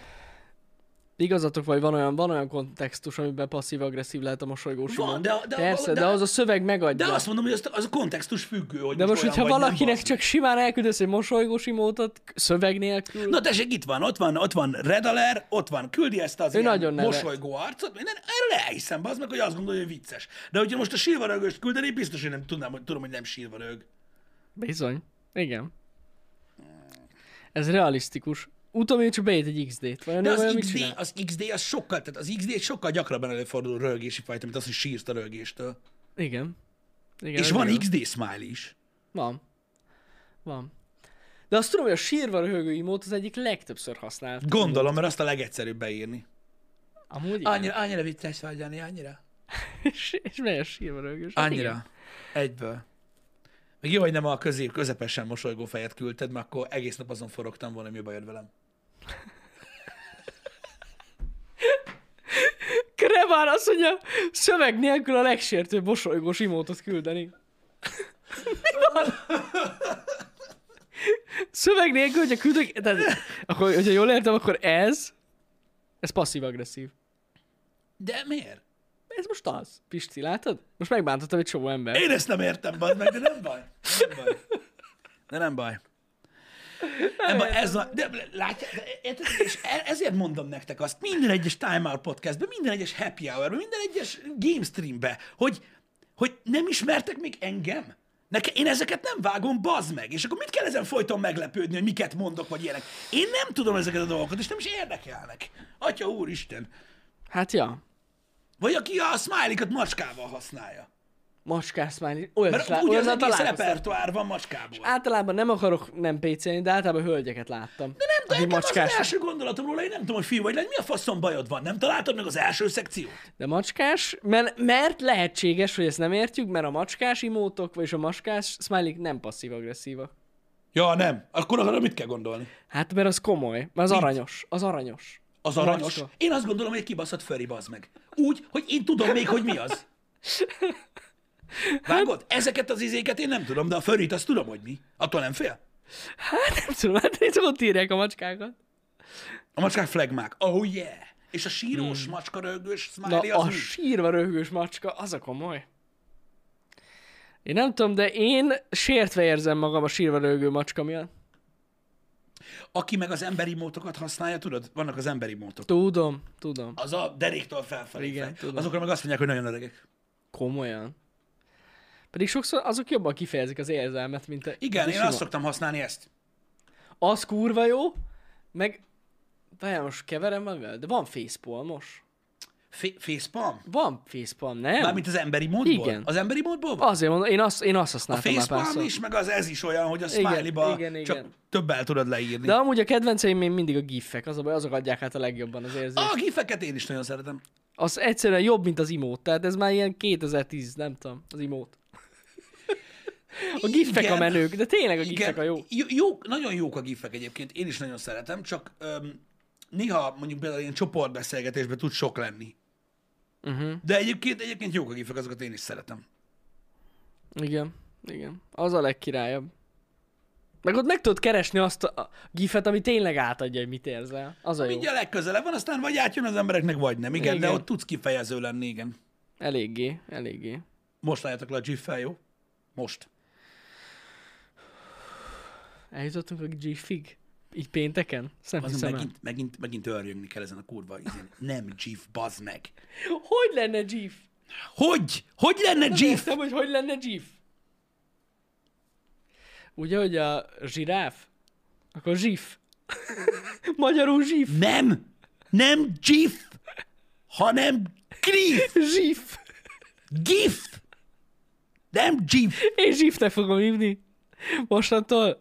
Speaker 2: Igazatok vagy van olyan, van olyan kontextus, amiben passzív-agresszív lehet a mosolygós
Speaker 1: Van,
Speaker 2: humor.
Speaker 1: de- de-
Speaker 2: Persze, de,
Speaker 1: de-
Speaker 2: de, az a szöveg
Speaker 1: De
Speaker 2: megadja.
Speaker 1: azt mondom, hogy az, az a kontextus függő, hogy
Speaker 2: de most,
Speaker 1: olyan
Speaker 2: hogyha
Speaker 1: vagy, nem,
Speaker 2: valakinek
Speaker 1: bazd
Speaker 2: csak simán elküldesz egy mosolygós imótot, k- szöveg nélkül,
Speaker 1: meg. Na tessék, itt van, ott van, ott van Redaler, ott van, küldi ezt az
Speaker 2: Ő
Speaker 1: ilyen
Speaker 2: nagyon nevet.
Speaker 1: mosolygó arcot, minden, erről elhiszem, bazd meg, hogy azt gondolja, hogy vicces. De hogyha most a sírva rögöst küldeni, biztos, hogy nem tudnám, hogy tudom, hogy nem sírva rög.
Speaker 2: bizony. Igen. Ez realisztikus. Utóbbi csak bejött egy XD-t. Vajon
Speaker 1: De
Speaker 2: ő
Speaker 1: az
Speaker 2: vajon mit
Speaker 1: XD,
Speaker 2: csinál?
Speaker 1: az XD az sokkal, tehát az XD egy sokkal gyakrabban előforduló rögési fajta, mint az, hogy sírsz a rögéstől.
Speaker 2: Igen. Igen.
Speaker 1: És
Speaker 2: ez
Speaker 1: van
Speaker 2: igaz.
Speaker 1: XD smile is.
Speaker 2: Van. Van. De azt tudom, hogy a sírva röhögő imót az egyik legtöbbször használt.
Speaker 1: Gondolom, mert azt a legegyszerűbb beírni.
Speaker 2: Amúgy igen.
Speaker 1: Annyira, annyira vicces vagy, Jani, annyira.
Speaker 2: (laughs) És, és megy a sírva röhögős. Hát igen.
Speaker 1: Annyira. Egyből. Még jó, hogy nem a közép, közepesen mosolygó fejet küldted, mert akkor egész nap azon forogtam volna, mi bajod velem.
Speaker 2: Krevár azt mondja, szöveg nélkül a legsértőbb mosolygós imótot küldeni. Mi van? Szöveg nélkül, hogyha küldök, tehát, akkor, hogyha jól értem, akkor ez, Ez passzív-agresszív.
Speaker 1: De miért?
Speaker 2: Ez most az, Pisti, látod? Most megbántottam egy csomó ember.
Speaker 1: Én ezt nem értem, bazd meg, de nem baj. Nem baj. De nem baj. Nem baj, ez a, de látja, de érted? és e- ezért mondom nektek azt, minden egyes Time Out podcastben, minden egyes happy hourben, minden egyes game streambe, hogy, hogy nem ismertek még engem? Neke, én ezeket nem vágom, bazd meg. És akkor mit kell ezen folyton meglepődni, hogy miket mondok, vagy ilyenek? Én nem tudom ezeket a dolgokat, és nem is érdekelnek. Atya úristen.
Speaker 2: Hát ja,
Speaker 1: Vagy aki a smiley macskával használja.
Speaker 2: macskás már olyan is
Speaker 1: Mert
Speaker 2: lá-
Speaker 1: ugye az
Speaker 2: olyannal
Speaker 1: egész
Speaker 2: találkoztam.
Speaker 1: repertoár van macskából.
Speaker 2: Általában nem akarok nem pécelni, de általában hölgyeket láttam. De
Speaker 1: Nem tudom, nekem az az első gondolatom róla, én nem tudom, hogy fiú vagy lány, mi a faszom bajod van? Nem találtad meg az első szekciót?
Speaker 2: De macskás, mert, mert lehetséges, hogy ezt nem értjük, mert a macskás imótok, vagyis a macskás smiley nem passzív-agresszívak.
Speaker 1: Ja, nem. Akkor arra mit kell gondolni?
Speaker 2: Hát mert az komoly, mert az aranyos, az aranyos.
Speaker 1: Az
Speaker 2: A
Speaker 1: aranyos.
Speaker 2: macska.
Speaker 1: Én azt gondolom, hogy egy kibaszott föri bazd meg. Úgy, hogy én tudom még, hogy mi az. Vágod? Ezeket az izéket én nem tudom, de a förit azt tudom, hogy mi. Attól nem fél.
Speaker 2: Hát nem tudom, hát itt ott írják a macskákat.
Speaker 1: A macskák flagmák. Oh yeah! És a sírós, hmm. macskarögős
Speaker 2: Na,
Speaker 1: smiley az
Speaker 2: a
Speaker 1: mi?
Speaker 2: sírva röhögős macska, az a komoly. Én nem tudom, de én sértve érzem magam a sírva röhögő macska miatt.
Speaker 1: Aki meg az emberi mótokat használja, tudod, vannak az emberi mótok.
Speaker 2: Tudom, tudom.
Speaker 1: Az a deréktől felfelé.
Speaker 2: Igen,
Speaker 1: fel.
Speaker 2: tudom.
Speaker 1: Azokra meg azt mondják, hogy nagyon öregek.
Speaker 2: Komolyan. Pedig sokszor azok jobban kifejezik az érzelmet, mint a...
Speaker 1: Igen,
Speaker 2: mint a
Speaker 1: én azt
Speaker 2: sima.
Speaker 1: szoktam használni ezt.
Speaker 2: Az kurva jó, meg... Várjál, most keverem magam, de van facepalmos.
Speaker 1: Fe- Facepalm?
Speaker 2: Van facepalm, nem?
Speaker 1: Mármint az emberi módból?
Speaker 2: Igen.
Speaker 1: Az emberi módból van?
Speaker 2: Azért mondom, én azt, én azt
Speaker 1: A
Speaker 2: használtam már
Speaker 1: facepalm
Speaker 2: párszor.
Speaker 1: is, meg az ez is olyan, hogy a
Speaker 2: Igen,
Speaker 1: smiley-ba
Speaker 2: igen,
Speaker 1: csak
Speaker 2: igen.
Speaker 1: többel tudod leírni.
Speaker 2: De amúgy a kedvenceim még mindig a gifek, az a baj, azok adják át a legjobban az érzést.
Speaker 1: A gifeket én is nagyon szeretem.
Speaker 2: Az egyszerűen jobb, mint az imót, tehát ez már ilyen 2010, nem tudom, az
Speaker 1: (laughs)
Speaker 2: imót. A gifek
Speaker 1: Igen.
Speaker 2: a menők, de tényleg a
Speaker 1: Igen,
Speaker 2: gifek a jó.
Speaker 1: jó- jók, nagyon jók a gifek egyébként, én is nagyon szeretem, csak öm, néha mondjuk például ilyen csoportbeszélgetésben tud sok lenni.
Speaker 2: Uh-huh.
Speaker 1: De egyébként, egyébként jók a gifek, azokat én is szeretem.
Speaker 2: Igen, igen. Az a legkirályabb. Meg ott meg tudod keresni azt a a gifet, ami tényleg átadja, hogy mit érzel. Az a jó.
Speaker 1: Ugye a legközelebb van, aztán vagy átjön az embereknek, vagy nem. Igen, igen. de
Speaker 2: Igen.
Speaker 1: ott tudsz kifejező lenni, igen.
Speaker 2: Eléggé, eléggé.
Speaker 1: Most lájátok le a gif jó? Most.
Speaker 2: Eljutottunk a gifig? Így pénteken? Ezt Nem
Speaker 1: Bazd
Speaker 2: hiszem
Speaker 1: meg,
Speaker 2: el.
Speaker 1: megint, megint, megint örjöngni kell ezen a kurva izén. Nem GIF, bazd meg.
Speaker 2: Hogy lenne gif?
Speaker 1: Hogy? Hogy lenne
Speaker 2: Nem
Speaker 1: GIF?
Speaker 2: Értem, hogy hogy lenne gif. Ugye, hogy a zsiráf? Akkor zsif. (laughs) Magyarul zsif.
Speaker 1: Nem! Nem GIF! Hanem GIF!
Speaker 2: Zsif.
Speaker 1: GIF! Nem GIF!
Speaker 2: Én zsifnek fogom hívni. Mostantól. (laughs)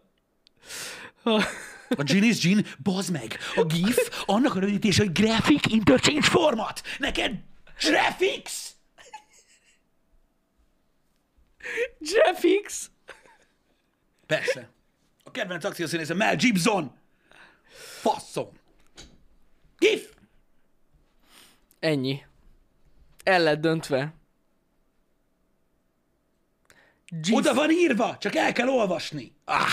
Speaker 2: Ha-
Speaker 1: A GIN is GIN, bazd meg! A GIF annak a rövidítés, hogy Graphic Interchange Format! Neked Graphics!
Speaker 2: Jeffix.
Speaker 1: Persze. A kedvenc akciószínésze Mel Gibson! Faszom! GIF!
Speaker 2: Ennyi. El lett döntve. GIF.
Speaker 1: Oda van írva, csak el kell olvasni. Ah!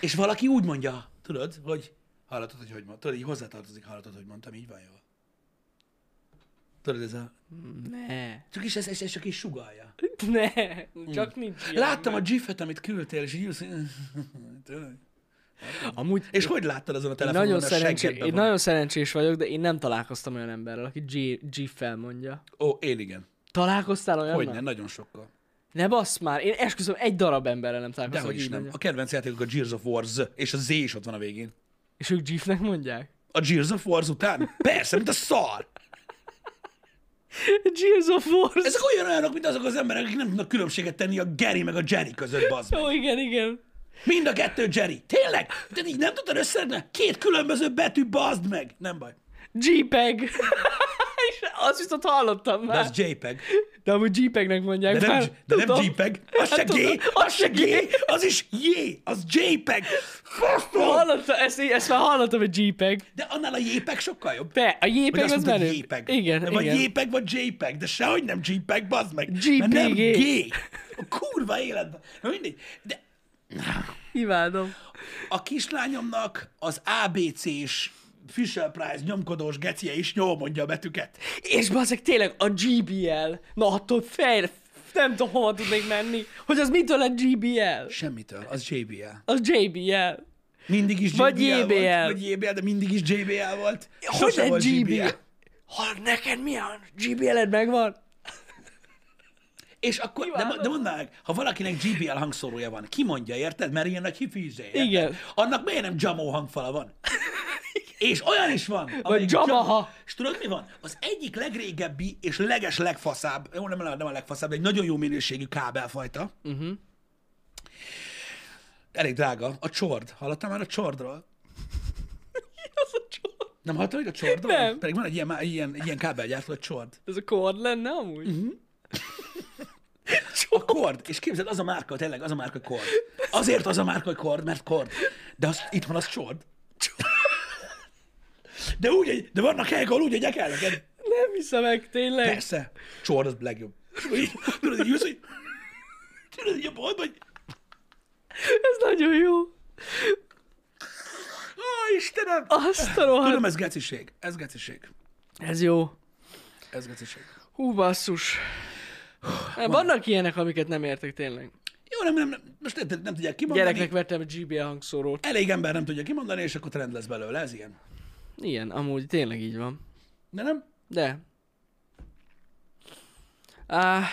Speaker 1: És valaki úgy mondja, tudod, hogy hallottad, hogy hogy mondtam, tudod, így hozzátartozik, hallottad, hogy mondtam, így van jól. Tudod, ez a...
Speaker 2: Ne.
Speaker 1: Csak is ez, ez, ez csak így sugalja.
Speaker 2: (laughs) Ne.
Speaker 1: Hm.
Speaker 2: Csak nincs ilyen.
Speaker 1: Láttam a gifet, amit küldtél, és így ülsz, Tényleg?
Speaker 2: Amúgy
Speaker 1: (laughs) És hogy láttad azon a telefonon,
Speaker 2: nagyon,
Speaker 1: nagyon a
Speaker 2: szerencsé...
Speaker 1: seggedben
Speaker 2: én
Speaker 1: van?
Speaker 2: nagyon szerencsés vagyok, de én nem találkoztam olyan emberrel, aki G- G-fel mondja.
Speaker 1: Ó, én igen.
Speaker 2: Találkoztál olyan?
Speaker 1: Hogyne, nagyon sokkal.
Speaker 2: Ne basz már, én esküszöm, egy darab emberrel nem találkoztam.
Speaker 1: Dehogy
Speaker 2: aki
Speaker 1: is
Speaker 2: így
Speaker 1: nem.
Speaker 2: mondja.
Speaker 1: A kedvenc játékok a Gears of War Z, és a Z is ott van a végén.
Speaker 2: És ők Jeepnek mondják? (laughs)
Speaker 1: A Gears of War után? Persze, mint a szar!
Speaker 2: Gears of War. Ez...
Speaker 1: Ezek olyan olyanok, mint azok az emberek, akik nem tudnak különbséget tenni a Gary meg a Jerry között, bazd meg.
Speaker 2: Ó, igen, igen.
Speaker 1: Mind a kettő Jerry. Tényleg? De így nem tudtad összeadni? Két különböző betű, bazd meg. Nem baj.
Speaker 2: JPEG. (laughs) És azt viszont hallottam
Speaker 1: De
Speaker 2: már.
Speaker 1: az JPEG.
Speaker 2: De amúgy JPEG-nek mondják.
Speaker 1: De nem,
Speaker 2: már.
Speaker 1: de nem
Speaker 2: Tudom.
Speaker 1: JPEG. Az se
Speaker 2: Hát tudom,
Speaker 1: G. Az se G. Az is J. Az JPEG. Faszom!
Speaker 2: Hallottam, ezt, ezt már hallottam, hogy JPEG.
Speaker 1: De annál a JPEG sokkal jobb.
Speaker 2: Be, a
Speaker 1: Vagy
Speaker 2: JPEG
Speaker 1: azt
Speaker 2: az
Speaker 1: mondtad,
Speaker 2: menő.
Speaker 1: hogy JPEG.
Speaker 2: Igen,
Speaker 1: de
Speaker 2: igen.
Speaker 1: vagy JPEG, vagy JPEG, de sehogy nem JPEG, bazd meg. Mert nem
Speaker 2: JPG.
Speaker 1: G. A kurva életben. Na mindegy. De
Speaker 2: Imádom.
Speaker 1: a kislányomnak az ABC-s Fisher Price nyomkodós gecie is nyomja mondja a betűket.
Speaker 2: És bazeg tényleg a GBL, na attól fejre, nem tudom, hova tudnék menni, hogy az mitől a GBL?
Speaker 1: Semmitől, az JBL.
Speaker 2: Az JBL.
Speaker 1: Mindig is JBL
Speaker 2: Vagy
Speaker 1: volt,
Speaker 2: JBL.
Speaker 1: vagy JBL, de mindig is JBL volt.
Speaker 2: Hogy
Speaker 1: Sose
Speaker 2: egy
Speaker 1: volt
Speaker 2: GBL?
Speaker 1: JBL.
Speaker 2: Hallod, neked mi a GBL-ed megvan?
Speaker 1: És akkor, de, de mondd meg, ha valakinek GBL hangszórója van, ki mondja, érted? Mert ilyen nagy hifi izé, érted?
Speaker 2: Igen.
Speaker 1: Annak miért nem Jamó hangfala
Speaker 2: (laughs)
Speaker 1: van? És olyan is van. amelyik
Speaker 2: Yamaha.
Speaker 1: Jamó. És tudod, mi van? Az egyik legrégebbi és leges legfaszább, jó, nem, a- nem a legfaszább, de egy nagyon jó minőségű kábelfajta. Uh-huh.
Speaker 2: Mhm.
Speaker 1: Elég drága. A csord. Hallottál már a csordról?
Speaker 2: Az a csor.
Speaker 1: Nem hallottál még a csordról?
Speaker 2: Nem.
Speaker 1: Pedig van egy ilyen, má- ilyen, ilyen kábelgyártó, a csord.
Speaker 2: Ez a kord lenne amúgy?
Speaker 1: A kord. És képzeld, az a márka, tényleg, az a márka kord. Azért az a márka hogy kord, mert kord. De az, itt van az csord. De úgy, hogy- de vannak helyek, ahol úgy, hogy kell neked.
Speaker 2: Nem hiszem meg, tényleg.
Speaker 1: Persze. Csord az legjobb. Így- Tudod, hogy jössz, hogy... Tudod, hogy a bolt, hogy...
Speaker 2: Ez nagyon jó.
Speaker 1: Ó, Istenem!
Speaker 2: Azt a rohadt.
Speaker 1: Tudom, ez geciség. Ez geciség.
Speaker 2: Ez jó.
Speaker 1: Ez geciség.
Speaker 2: Hú, basszus. Nem, vannak ilyenek, amiket nem értek tényleg.
Speaker 1: Jó, nem, nem, nem. Most nem, nem tudják kimondani.
Speaker 2: Gyereknek vettem a GBL hangszórót.
Speaker 1: Elég ember nem tudja kimondani, és akkor trend lesz belőle. Ez ilyen.
Speaker 2: Ilyen, amúgy tényleg így van.
Speaker 1: De nem?
Speaker 2: De. Á,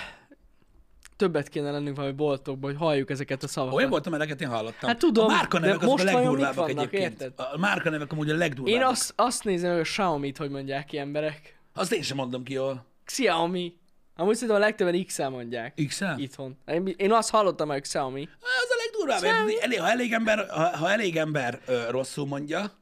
Speaker 2: többet kéne lennünk valami boltokban, hogy halljuk ezeket a szavakat.
Speaker 1: Olyan voltam, eleget én hallottam.
Speaker 2: Hát tudom,
Speaker 1: a márka nevek
Speaker 2: de
Speaker 1: azok
Speaker 2: most
Speaker 1: a
Speaker 2: vajon mik
Speaker 1: legdurvábbak
Speaker 2: vannak,
Speaker 1: egyébként.
Speaker 2: érted?
Speaker 1: A márka nevek amúgy a legdurvábbak.
Speaker 2: Én azt, azt nézem, hogy a Xiaomi-t hogy mondják ki emberek.
Speaker 1: Azt én sem mondom ki, jól.
Speaker 2: Xiaomi. Amúgy szerintem a legtöbben X-el mondják.
Speaker 1: x Az
Speaker 2: Itthon. Én, én azt hallottam, hogy Xiaomi.
Speaker 1: a legdurvább. érted? Elég, ha elég ember, ha, ha elég ember ö, rosszul mondja,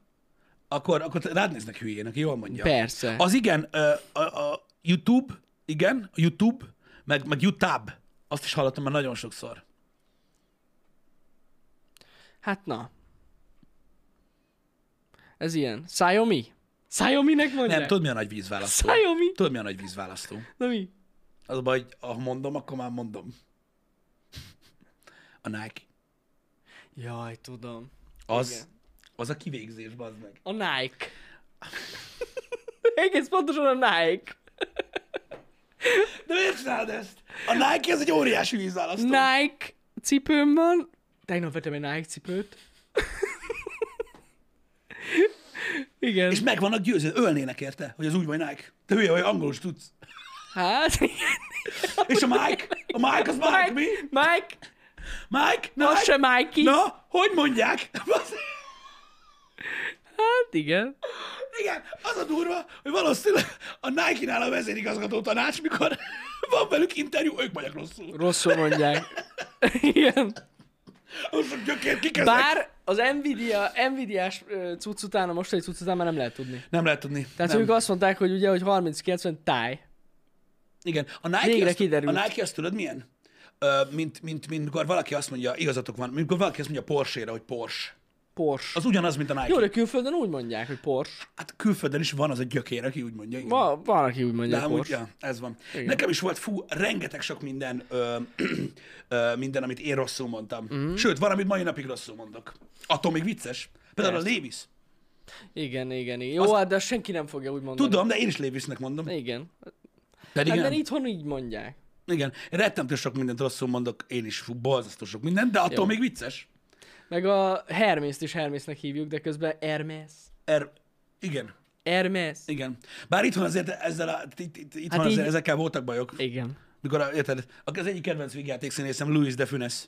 Speaker 1: akkor, akkor rád néznek hülyének, jól mondja.
Speaker 2: Persze.
Speaker 1: Az igen, ö, a, a YouTube, igen, a YouTube, meg, meg YouTube. Azt is hallottam már nagyon sokszor.
Speaker 2: Hát na. Ez ilyen. Xiaomi? Xiaomi-nek mondják?
Speaker 1: Nem, tudod mi a nagy vízválasztó?
Speaker 2: Xiaomi?
Speaker 1: Tudod mi a nagy vízválasztó?
Speaker 2: Na mi?
Speaker 1: Az a baj, hogy ha mondom, akkor már mondom. A Nike.
Speaker 2: Jaj, tudom.
Speaker 1: Az,
Speaker 2: Igen.
Speaker 1: az a kivégzés, bazd meg.
Speaker 2: A Nike. (laughs) Egész pontosan a Nike.
Speaker 1: De miért csinálod ezt? A Nike az egy óriási vízválasztó.
Speaker 2: Nike cipőm van. Tegnap vettem egy Nike cipőt. Igen.
Speaker 1: És meg vannak győző, ölnének érte, hogy az úgy vagy Nike. Te hülye vagy, angolul is tudsz.
Speaker 2: Hát, igen.
Speaker 1: És a Mike? A Mike az Mike, mi?
Speaker 2: Mike,
Speaker 1: Mike?
Speaker 2: az
Speaker 1: Nike?
Speaker 2: se Mikey.
Speaker 1: Na, hogy mondják? (laughs) Bazd-
Speaker 2: Hát igen.
Speaker 1: Igen, az a durva, hogy valószínűleg a Nike-nál a vezérigazgató tanács, mikor (laughs) van velük interjú, ők vagyok rosszul.
Speaker 2: Rosszul mondják. igen.
Speaker 1: Most a gyökér kikezdek.
Speaker 2: Bár az Nvidia, Nvidia-s ö, cucc után, a mostani cucc után már nem lehet tudni.
Speaker 1: Nem lehet tudni.
Speaker 2: Tehát
Speaker 1: nem.
Speaker 2: ők azt mondták, hogy ugye, hogy 30-90 táj.
Speaker 1: Igen. A Nike,
Speaker 2: Végre
Speaker 1: azt,
Speaker 2: kiderült.
Speaker 1: a Nike azt tudod milyen? Ö, mint, mint, mint, mikor valaki azt mondja, igazatok van, mikor valaki azt mondja Porsche-re, hogy Porsche.
Speaker 2: Porsche.
Speaker 1: Az ugyanaz, mint a Nike.
Speaker 2: Jó, de külföldön úgy mondják, hogy Porsche.
Speaker 1: Hát külföldön is van az a gyökér, aki úgy mondja. Igen.
Speaker 2: Va, van, aki úgy
Speaker 1: De
Speaker 2: mondja, hogy
Speaker 1: amúgy,
Speaker 2: Porsche.
Speaker 1: ja, ez van. Igen. Nekem is volt, fú, rengeteg sok minden, ö, ö, minden, amit én rosszul mondtam.
Speaker 2: Mhm.
Speaker 1: Mm. Sőt, van, amit mai napig rosszul mondok. Attól még vicces. Például a Lévis.
Speaker 2: Igen, igen, igen. Jó, hát de senki nem fogja úgy mondani.
Speaker 1: Tudom, de én is Lévisnek mondom.
Speaker 2: Igen.
Speaker 1: Pedig
Speaker 2: Hát,
Speaker 1: hát,
Speaker 2: mert
Speaker 1: nem.
Speaker 2: itthon így mondják.
Speaker 1: Igen. Rettentő sok mindent rosszul mondok, én is, fú, borzasztó sok mindent, de attól
Speaker 2: Jó.
Speaker 1: még vicces.
Speaker 2: Meg a Hermészt is Hermésznek hívjuk, de közben Hermes.
Speaker 1: Er, igen,
Speaker 2: Hermes.
Speaker 1: igen. Bár itthon azért ezzel a, itt, itt, itt
Speaker 2: Hát
Speaker 1: hát van azért,
Speaker 2: így-
Speaker 1: ezekkel voltak bajok.
Speaker 2: Igen.
Speaker 1: Mikor, a, érted, az egyik kedvenc vígjátékszínészem Louis de Funes.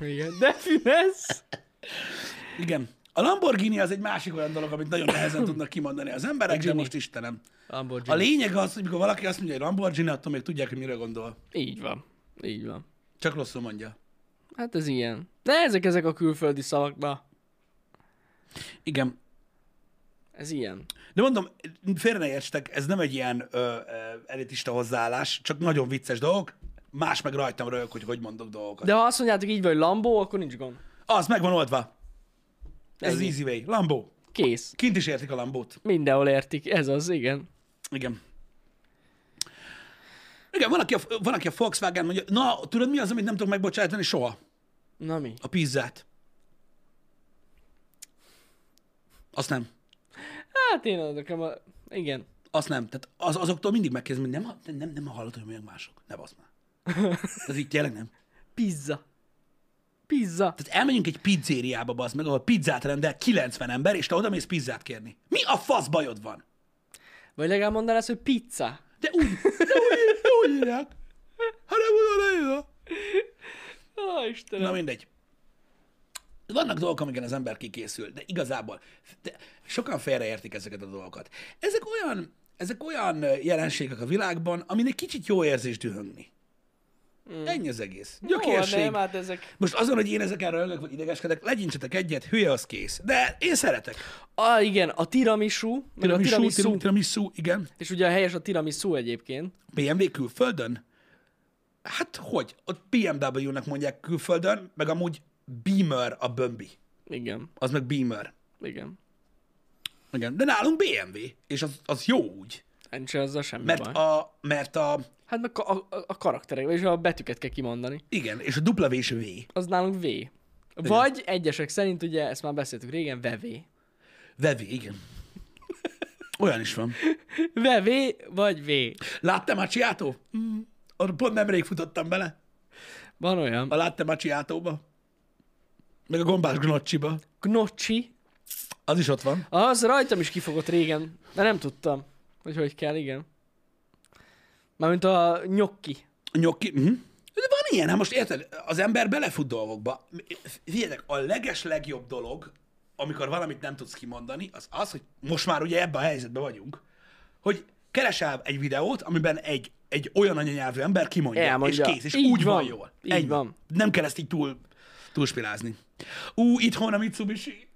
Speaker 2: Igen. De Finesz.
Speaker 1: Igen. A Lamborghini az egy másik olyan dolog, amit nagyon nehezen tudnak kimondani az emberek, de
Speaker 2: Gini.
Speaker 1: most Istenem. A
Speaker 2: Lamborghini.
Speaker 1: lényeg az, hogy mikor valaki azt mondja, hogy Lamborghini, attól még tudják, hogy mire gondol.
Speaker 2: Így van. Így van.
Speaker 1: Csak rosszul mondja.
Speaker 2: Hát ez ilyen. De ezek, ezek a külföldi szavak, na.
Speaker 1: Igen.
Speaker 2: Ez ilyen.
Speaker 1: De mondom, félre ne értsetek, ez nem egy ilyen ö, ö, elitista hozzáállás, csak nagyon vicces dolgok. Más meg rajtam röhög, hogy hogy mondok dolgokat. De...
Speaker 2: De ha azt mondjátok így vagy Lambó, akkor nincs gond.
Speaker 1: Az meg van oldva. Ez az
Speaker 2: Ennyi.
Speaker 1: easy way. Lambó.
Speaker 2: Kész.
Speaker 1: Kint is értik a lambót.
Speaker 2: Mindenhol értik. Ez az, igen.
Speaker 1: Igen. Igen, van aki, a, van, aki a Volkswagen mondja, na, tudod mi az, amit nem tudok megbocsájtani soha?
Speaker 2: Na mi?
Speaker 1: A pizzát. Azt nem.
Speaker 2: Hát én adok, nekem a... Igen.
Speaker 1: Azt nem. Tehát az, azoktól mindig megkérdezem, hogy nem, nem, nem hallott, hogy milyen mások. Ne basz már. Ez így tényleg nem.
Speaker 2: Pizza. Pizza.
Speaker 1: Tehát elmegyünk egy pizzériába, bazd meg, ahol pizzát rendel 90 ember, és te oda mész pizzát kérni. Mi a fasz bajod van?
Speaker 2: Vagy legalább mondanás, hogy pizza.
Speaker 1: De úgy, de úgy, de úgy írják. Hát nem oda, ne oda.
Speaker 2: Ó, Istenem.
Speaker 1: Na mindegy. Vannak dolgok, amiken az ember kikészül, de igazából de sokan félreértik ezeket a dolgokat. Ezek olyan, ezek olyan ö, jelenségek a világban, amin egy kicsit jó érzés dühöngni. Mm. Ennyi az egész. Gyökérség.
Speaker 2: Jó, Hmm. nem, hát ezek...
Speaker 1: Most azon, hogy én ezeken röhögök, vagy idegeskedek, legyincsetek egyet, hülye az kész. De én szeretek.
Speaker 2: Ah, igen, a tiramisu. Meg a
Speaker 1: Tiramisu,
Speaker 2: tiramisu.
Speaker 1: tiramisu, tiramisu igen.
Speaker 2: És ugye a helyes a tiramisu egyébként.
Speaker 1: BMW külföldön? Hát hogy? Ott BMW-nek mondják külföldön, meg amúgy Beamer a bömbi.
Speaker 2: Igen,
Speaker 1: Az meg Beamer.
Speaker 2: igen.
Speaker 1: Igen, de nálunk BMW, és az, az jó úgy.
Speaker 2: Nincs azzal semmi
Speaker 1: Mert
Speaker 2: baj.
Speaker 1: a, mert a,
Speaker 2: Hát meg a, a, a karakterek, és a betűket kell kimondani.
Speaker 1: igen, és a dupla V és a V.
Speaker 2: Az nálunk V. Vagy egyesek szerint, ugye, ezt már beszéltük régen, vevé.
Speaker 1: Vevé, igen. Olyan is van.
Speaker 2: Vevé vagy V.
Speaker 1: Láttam a Csiátó? Mm, arra pont nemrég futottam bele.
Speaker 2: Van olyan.
Speaker 1: A Láttam a Csiátóba. Meg a gombás gnocsiba.
Speaker 2: Gnocsi.
Speaker 1: Az is ott van.
Speaker 2: Az rajtam is kifogott régen, de nem tudtam, hogy hogy kell, igen. Mármint a nyokki.
Speaker 1: A Nyoki. Uh-huh. De van ilyen, hát most érted, az ember belefut dolgokba. Figyeljetek, a leges legjobb dolog, amikor valamit nem tudsz kimondani, az az, hogy most már ugye ebben a helyzetben vagyunk, hogy keresel egy videót, amiben egy, egy olyan anyanyelvű ember kimondja,
Speaker 2: Elmondja.
Speaker 1: és kész, és
Speaker 2: Így
Speaker 1: úgy van,
Speaker 2: van.
Speaker 1: jól.
Speaker 2: Így
Speaker 1: Ennyi.
Speaker 2: van.
Speaker 1: Nem kell ezt így túl, túlspilázni. Ú, itthon a Mitsubishi,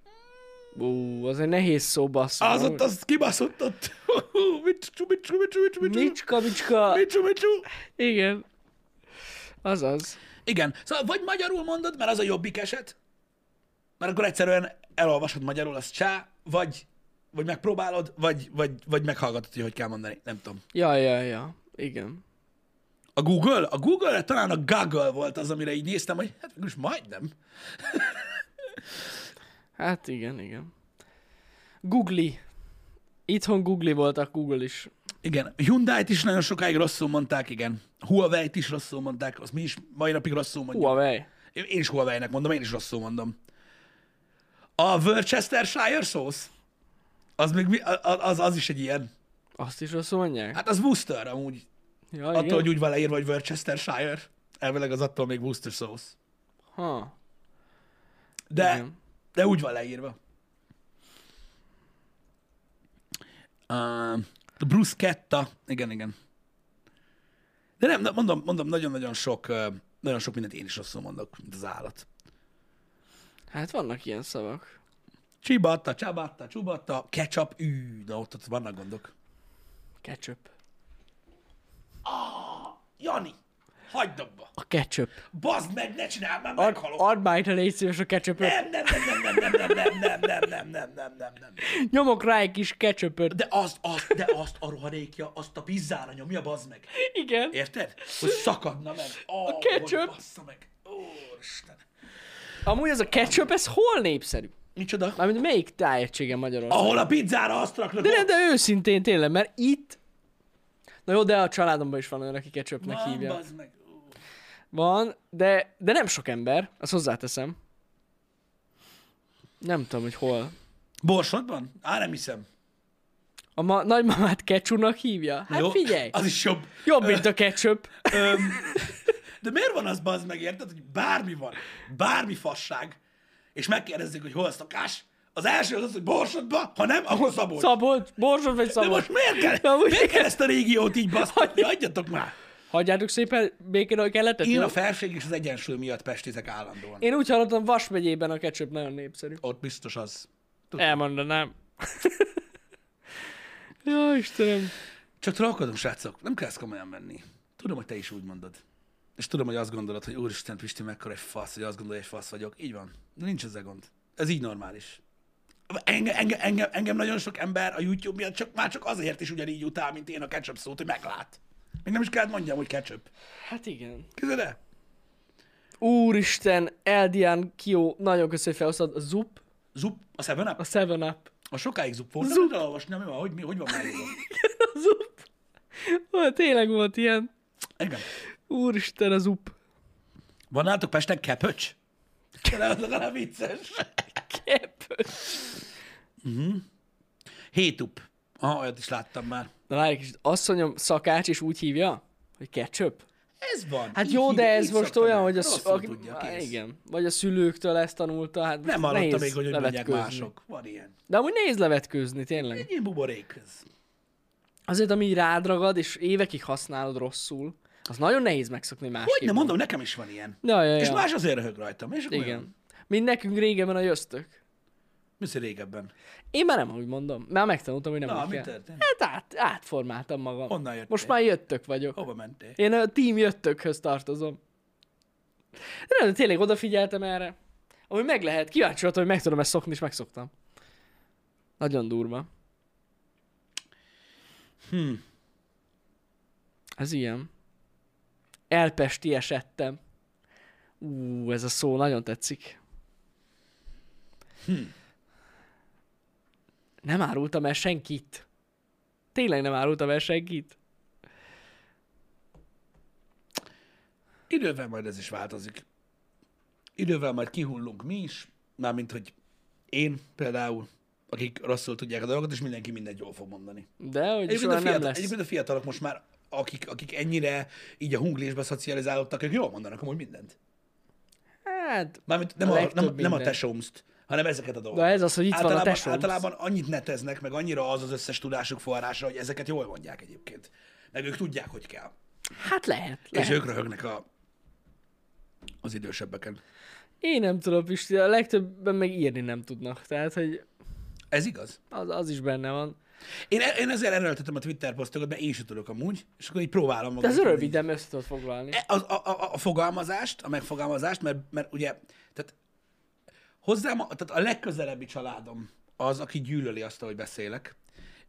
Speaker 2: Ú, az egy nehéz szó, bassza.
Speaker 1: az ott, az kibaszott ott. (laughs) Micsu, micsu, micsu, micsu, micsu,
Speaker 2: Micska, micska.
Speaker 1: micsu, micsu.
Speaker 2: Igen. Azaz.
Speaker 1: Igen. Szóval vagy magyarul mondod, mert az a jobbik eset, mert akkor egyszerűen elolvasod magyarul, az csá, vagy, vagy megpróbálod, vagy, vagy, vagy meghallgatod, hogy hogy kell mondani. Nem tudom.
Speaker 2: Ja, ja, ja. Igen.
Speaker 1: A Google? A Google talán a Google volt az, amire így néztem, hogy hát most majdnem.
Speaker 2: Hát igen, igen. Googli. Itthon Googli volt a Google is.
Speaker 1: Igen. Hyundai-t is nagyon sokáig rosszul mondták, igen. Huawei-t is rosszul mondták, az mi is mai napig rosszul mondjuk.
Speaker 2: Huawei.
Speaker 1: Én én is Huawei-nek mondom, én is rosszul mondom. A Worcestershire sauce? Az, még mi, a- a- az, az is egy ilyen.
Speaker 2: Azt is rosszul mondják?
Speaker 1: Hát az Worcester amúgy.
Speaker 2: Ja, igen.
Speaker 1: Attól, hogy úgy van leírva, hogy Worcestershire, elvileg az attól még Worcester sauce.
Speaker 2: Ha.
Speaker 1: De,
Speaker 2: Igen.
Speaker 1: de úgy van leírva. Uh, bruschetta, igen, igen. De nem, na- mondom, mondom nagyon-nagyon sok, ö, nagyon sok mindent én is rosszul mondok, mint az állat.
Speaker 2: Hát vannak ilyen szavak.
Speaker 1: Csibatta, csabatta, csubatta, ketchup, ű, na ott, ott vannak gondok.
Speaker 2: Ketchup.
Speaker 1: Jani, hagyd abba!
Speaker 2: A ketchup.
Speaker 1: Bazd meg, ne csinálj, már
Speaker 2: Ad,
Speaker 1: meghalok!
Speaker 2: add már itt, ha légy szíves a ketchupöt.
Speaker 1: Nem, nem, nem, nem, nem, nem, nem, nem, nem, nem, nem, nem, nem, nem.
Speaker 2: Nyomok rá egy kis ketchupöt.
Speaker 1: De azt, azt, de azt a rohadékja, azt a pizzára nyomja, bazd meg.
Speaker 2: Igen.
Speaker 1: Érted? Hogy szakadna meg. Oh, a
Speaker 2: ketchup.
Speaker 1: Bassza meg. Ó, Isten.
Speaker 2: Amúgy ez a ketchup, ez hol népszerű?
Speaker 1: Micsoda?
Speaker 2: Mármint melyik tájegysége Magyarországon?
Speaker 1: Ahol a pizzára azt raknak.
Speaker 2: De nem, de őszintén tényleg, mert itt... Na jó, de a családomban is van olyan, aki ketchupnek
Speaker 1: Van,
Speaker 2: hívja.
Speaker 1: bazd meg. Ó.
Speaker 2: Van, de, de nem sok ember, azt hozzáteszem. Nem tudom, hogy hol.
Speaker 1: Borsodban? Á, nem hiszem.
Speaker 2: A ma- nagymamát ketchupnak hívja? Hát
Speaker 1: Jó?
Speaker 2: figyelj!
Speaker 1: Az is jobb.
Speaker 2: Jobb, mint a ketchup.
Speaker 1: Öm, de miért van az bazd meg, érted, hogy bármi van, bármi fasság, és megkérdezzük, hogy hol a szakás, az első az az, hogy Borsodba, ha nem, akkor Szabolcs.
Speaker 2: Szabolcs, Borsod vagy
Speaker 1: De most
Speaker 2: Szabolcs.
Speaker 1: miért kell,
Speaker 2: Na, most-
Speaker 1: miért kell ezt a régiót így basztatni? Adjatok már!
Speaker 2: Hagyjátok szépen békén, ahogy kellett.
Speaker 1: Én
Speaker 2: jó?
Speaker 1: a felség és az egyensúly miatt pestitek állandóan.
Speaker 2: Én úgy hallottam, Vas megyében a ketchup nagyon népszerű.
Speaker 1: Ott biztos az. (laughs)
Speaker 2: Elmondanám. Jó, Istenem.
Speaker 1: Csak trollkodom, srácok, nem kell ezt komolyan venni. Tudom, hogy te is úgy mondod. És tudom, hogy azt gondolod, hogy úristen, Pisti, mekkora egy fasz, hogy azt gondolja, hogy fasz vagyok. Így van. De nincs ezzel gond. Ez így normális. Engem, engem, engem, engem nagyon sok ember a YouTube miatt csak, már csak azért is ugyanígy utál, mint én a ketchup szót, hogy meglát. Még nem is kellett mondjam, hogy ketchup.
Speaker 2: Hát igen.
Speaker 1: Képzeld el?
Speaker 2: Úristen, Eldian Kio, nagyon köszönöm, hogy felhoztad a Zup,
Speaker 1: Zup, a 7
Speaker 2: a Seven Up. (laughs)
Speaker 1: A Ma sokáig zup volt. Zup. Olvasni, mi van, hogy, mi, hogy van már írva?
Speaker 2: Az up. Ó, tényleg volt ilyen.
Speaker 1: Igen.
Speaker 2: Úristen, az up.
Speaker 1: Van nálatok Pesten kepöcs? De az legalább vicces.
Speaker 2: Kepös.
Speaker 1: Hétup. Aha, olyat is láttam már.
Speaker 2: Na várj egy kicsit, asszonyom szakács, és úgy hívja, hogy ketchup?
Speaker 1: Ez van.
Speaker 2: Hát
Speaker 1: Így
Speaker 2: jó, de
Speaker 1: hív-
Speaker 2: ez
Speaker 1: így
Speaker 2: most
Speaker 1: szoktam
Speaker 2: olyan,
Speaker 1: meg.
Speaker 2: hogy a, szü-
Speaker 1: Rosszul
Speaker 2: aki-
Speaker 1: tudja,
Speaker 2: Á,
Speaker 1: kész.
Speaker 2: igen, vagy a szülőktől ezt tanulta, hát most
Speaker 1: Nem hallottam
Speaker 2: nehéz
Speaker 1: még, hogy hogy mondják
Speaker 2: levetkőzni.
Speaker 1: mások. Van ilyen.
Speaker 2: De amúgy nehéz levetkőzni, tényleg.
Speaker 1: Egy ilyen buborék ez.
Speaker 2: Azért, ami így rád ragad, és évekig használod rosszul, az nagyon nehéz megszokni másképp.
Speaker 1: Hogy nem mondom, nekem is van ilyen.
Speaker 2: Ja, ja, ja.
Speaker 1: És más azért röhög rajtam. És akkor olyan.
Speaker 2: Igen. Mint nekünk régebben a jöztök.
Speaker 1: Mi az, hogy régebben?
Speaker 2: Én már nem úgy mondom. Már megtanultam, hogy nem
Speaker 1: Na,
Speaker 2: úgy
Speaker 1: mi
Speaker 2: kell.
Speaker 1: történt?
Speaker 2: Hát át, átformáltam magam.
Speaker 1: Honnan jöttél?
Speaker 2: Most már jöttök vagyok.
Speaker 1: Hova mentél?
Speaker 2: Én a team jöttökhöz tartozom. De nem, de tényleg odafigyeltem erre. Ami meg lehet. Kíváncsi voltam, hogy meg tudom ezt szokni, és megszoktam. Nagyon durva. Hm.
Speaker 1: Hmm.
Speaker 2: Ez ilyen. Elpesti esettem. Ú, ez a szó nagyon tetszik.
Speaker 1: Hmm.
Speaker 2: Hm. Nem árultam el senkit. Tényleg nem árultam el senkit.
Speaker 1: Idővel majd ez is változik. Idővel majd kihullunk mi is, mármint, hogy én például, akik rosszul tudják a dolgokat, és mindenki mindent jól fog mondani.
Speaker 2: De hogy is
Speaker 1: Egyébként a,
Speaker 2: olyan nem
Speaker 1: fiatal,
Speaker 2: lesz.
Speaker 1: egyébként a fiatalok most már, akik, akik ennyire így a hunglésbe szocializálódtak, ők jól mondanak amúgy mindent.
Speaker 2: Hát,
Speaker 1: Mármint nem
Speaker 2: A
Speaker 1: a,
Speaker 2: legtöbb
Speaker 1: nem, nem a
Speaker 2: mindent.
Speaker 1: tesómszt, hanem ezeket a dolgokat.
Speaker 2: na ez az, hogy itt
Speaker 1: általában,
Speaker 2: van a tesóm.
Speaker 1: általában annyit neteznek, meg annyira az az összes tudásuk forrása, hogy ezeket jól mondják egyébként. Meg ők tudják, hogy kell.
Speaker 2: Hát lehet,
Speaker 1: És
Speaker 2: lehet.
Speaker 1: ők röhögnek a, az idősebbeken.
Speaker 2: Én nem tudom, Pisti, a legtöbben meg írni nem tudnak. Tehát, hogy
Speaker 1: Ez igaz.
Speaker 2: az, az is benne van.
Speaker 1: Én, e- én ezért erőltetem a Twitter posztokat, mert én sem tudok amúgy, és akkor így próbálom magam.
Speaker 2: De ez
Speaker 1: tudni.
Speaker 2: röviden össze tudod foglalni.
Speaker 1: E, Az, a, a, a fogalmazást, a megfogalmazást, mert, mert ugye, tehát hozzám, a- tehát a legközelebbi családom az, aki gyűlöli azt, hogy beszélek,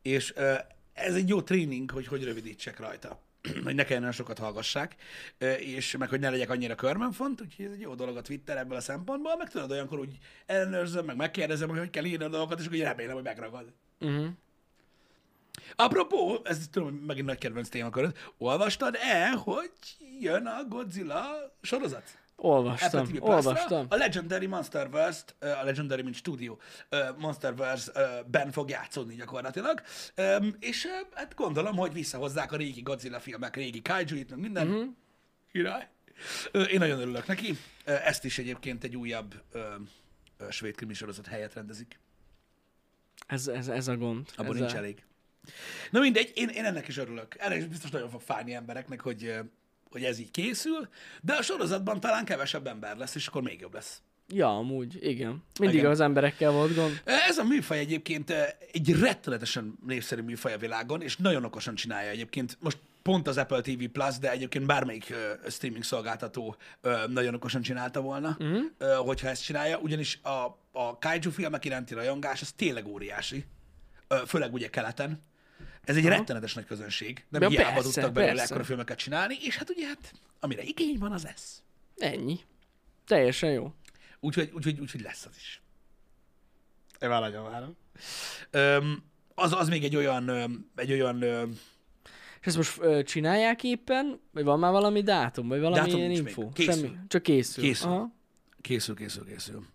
Speaker 1: és ö, ez egy jó tréning, hogy hogy rövidítsek rajta, (clears throat) hogy ne kelljen olyan sokat hallgassák, ö, és meg hogy ne legyek annyira körmönfont, úgyhogy ez egy jó dolog a Twitter ebből a szempontból, meg tudod, olyankor úgy ellenőrzöm, meg megkérdezem, hogy hogy kell írni a dolgokat, és akkor így remélem, hogy megragad. Apropó, ez tudom, hogy megint nagy kedvenc témaköröd, olvastad-e, hogy jön a Godzilla sorozat? Apple
Speaker 2: Olvastam,
Speaker 1: TV Plus-ra?
Speaker 2: olvastam.
Speaker 1: A Legendary Monsterverse-t, ö, a Legendary, mint stúdió, ö, Monsterverse-ben fog játszódni gyakorlatilag, Öm, és ö, hát gondolom, hogy visszahozzák a régi Godzilla filmek, régi kaiju-it, meg minden. Király. Ö, Én nagyon örülök neki. Ö, Ezt is egyébként egy újabb ö, ö, svéd krimi sorozat helyett rendezik.
Speaker 2: Ez, ez, ez a gond.
Speaker 1: Abban
Speaker 2: ez
Speaker 1: nincs
Speaker 2: a...
Speaker 1: elég. Na mindegy, én, én ennek is örülök. Ennek is biztos nagyon fog fájni embereknek, hogy, ö, hogy ez így készül, de a sorozatban talán kevesebb ember lesz, és akkor még jobb lesz.
Speaker 2: Ja, amúgy, igen. Mindig
Speaker 1: Igen.
Speaker 2: igen. az emberekkel volt gond.
Speaker 1: Ez a műfaj egyébként ö, egy rettenetesen népszerű műfaj a világon, és nagyon okosan csinálja egyébként. Most pont az Apple TV Plus, de egyébként bármelyik ö, streaming szolgáltató ö, nagyon okosan csinálta volna,
Speaker 2: Mhm.
Speaker 1: uh-huh. hogyha ezt csinálja, ugyanis a, a kaiju filmek iránti rajongás az tényleg óriási, Ö, főleg ugye keleten. Ez egy Aha. rettenetes nagy közönség, nem
Speaker 2: Ja,
Speaker 1: ja, hiába
Speaker 2: persze,
Speaker 1: tudtak belőle
Speaker 2: persze.
Speaker 1: ekkora filmeket csinálni, és hát ugye hát, amire igény van, az lesz.
Speaker 2: Ennyi. Teljesen jó.
Speaker 1: Úgyhogy, úgyhogy, úgyhogy lesz az is. Én már nagyon várom. Öm, az, az még egy olyan, öm, egy olyan öm,
Speaker 2: És ezt most ö, csinálják éppen? Vagy van már valami dátum? Vagy valami
Speaker 1: Dátum
Speaker 2: ilyen
Speaker 1: nincs
Speaker 2: info?
Speaker 1: még. Készül.
Speaker 2: Semmi. Csak készül.
Speaker 1: Készül.
Speaker 2: Aha.
Speaker 1: készül, készül, készül.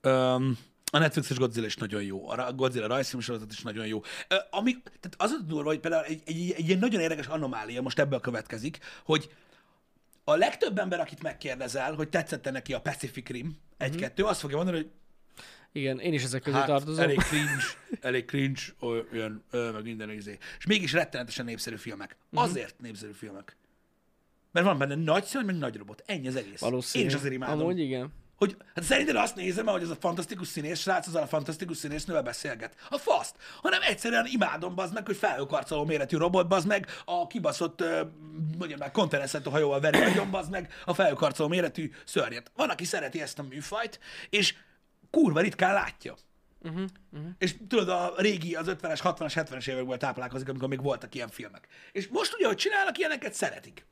Speaker 1: Öm, a Netflixes Godzilla is nagyon jó, a Ra- Godzilla rajzfilm sorozat is nagyon jó. Ö, ami, tehát az a durva, hogy például egy, egy, egy ilyen nagyon érdekes anomália most ebből következik, hogy a legtöbb ember, akit megkérdezel, hogy tetszette neki a Pacific Rim 1-2, azt fogja mondani, hogy
Speaker 2: Igen, én is ezek közé
Speaker 1: Hát,
Speaker 2: tartozom.
Speaker 1: elég cringe, elég cringe, olyan, ö, meg minden izé. És mégis rettenetesen népszerű filmek.
Speaker 2: Mhm.
Speaker 1: Azért népszerű filmek. Mert van benne nagy szörny, meg nagy robot. Ennyi az egész.
Speaker 2: Valószínű.
Speaker 1: Én is azért imádom.
Speaker 2: Amúgy igen.
Speaker 1: Hogy, hát szerinted azt nézem, hogy az a fantasztikus színész srác, az a fantasztikus színésznővel beszélget. A faszt! Hanem egyszerűen imádom, bazd meg, hogy felhőkarcoló méretű robot, bazd meg, a kibaszott, ö, mondjam már, kontereszető hajóval veri agyon, bazd meg, a felhőkarcoló méretű szörnyet. Van, aki szereti ezt a műfajt, és kurva ritkán látja. És tudod, a régi, az 50-es, 60-as, 70-es évekből táplálkozik, amikor még voltak ilyen filmek. És most ugye, hogy csinálnak, ilyeneket szeretik.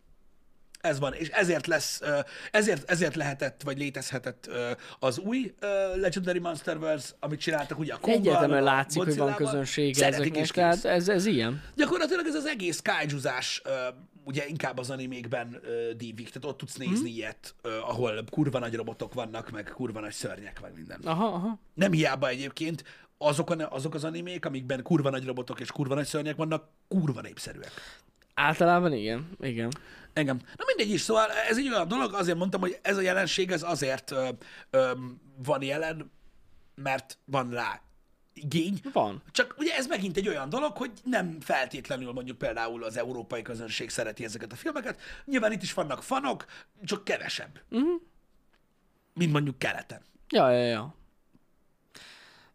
Speaker 1: Ez van, és ezért lesz, ö, ezért, ezért lehetett, vagy létezhetett ö, az új ö, Legendary Monsterverse, amit csináltak ugye a Konggal,
Speaker 2: Egyértelműen
Speaker 1: meg a
Speaker 2: látszik, hogy van
Speaker 1: Godzilla-val.
Speaker 2: közönsége
Speaker 1: Szeretik
Speaker 2: ezeknek,
Speaker 1: és
Speaker 2: tehát
Speaker 1: kész.
Speaker 2: ez, ez ilyen.
Speaker 1: Gyakorlatilag ez az egész kaijuzás, ö, ugye inkább az animékben ö, dívik, tehát ott
Speaker 2: Mhm.
Speaker 1: tudsz nézni ilyet, ö, ahol kurva nagy robotok vannak, meg kurva nagy szörnyek, meg minden.
Speaker 2: Aha, aha.
Speaker 1: Nem hiába egyébként azok, a, azok az animék, amikben kurva nagy robotok és kurva nagy szörnyek vannak, kurva népszerűek.
Speaker 2: Általában igen, igen.
Speaker 1: Engem. Na mindegy is, szóval ez egy olyan dolog, azért mondtam, hogy ez a jelenség, ez azért ö, ö, van jelen, mert van rá igény.
Speaker 2: Van.
Speaker 1: Csak ugye ez megint egy olyan dolog, hogy nem feltétlenül mondjuk például az európai közönség szereti ezeket a filmeket. Nyilván itt is vannak fanok, csak kevesebb. Uh-huh. Mint mondjuk keleten.
Speaker 2: Ja, ja, ja.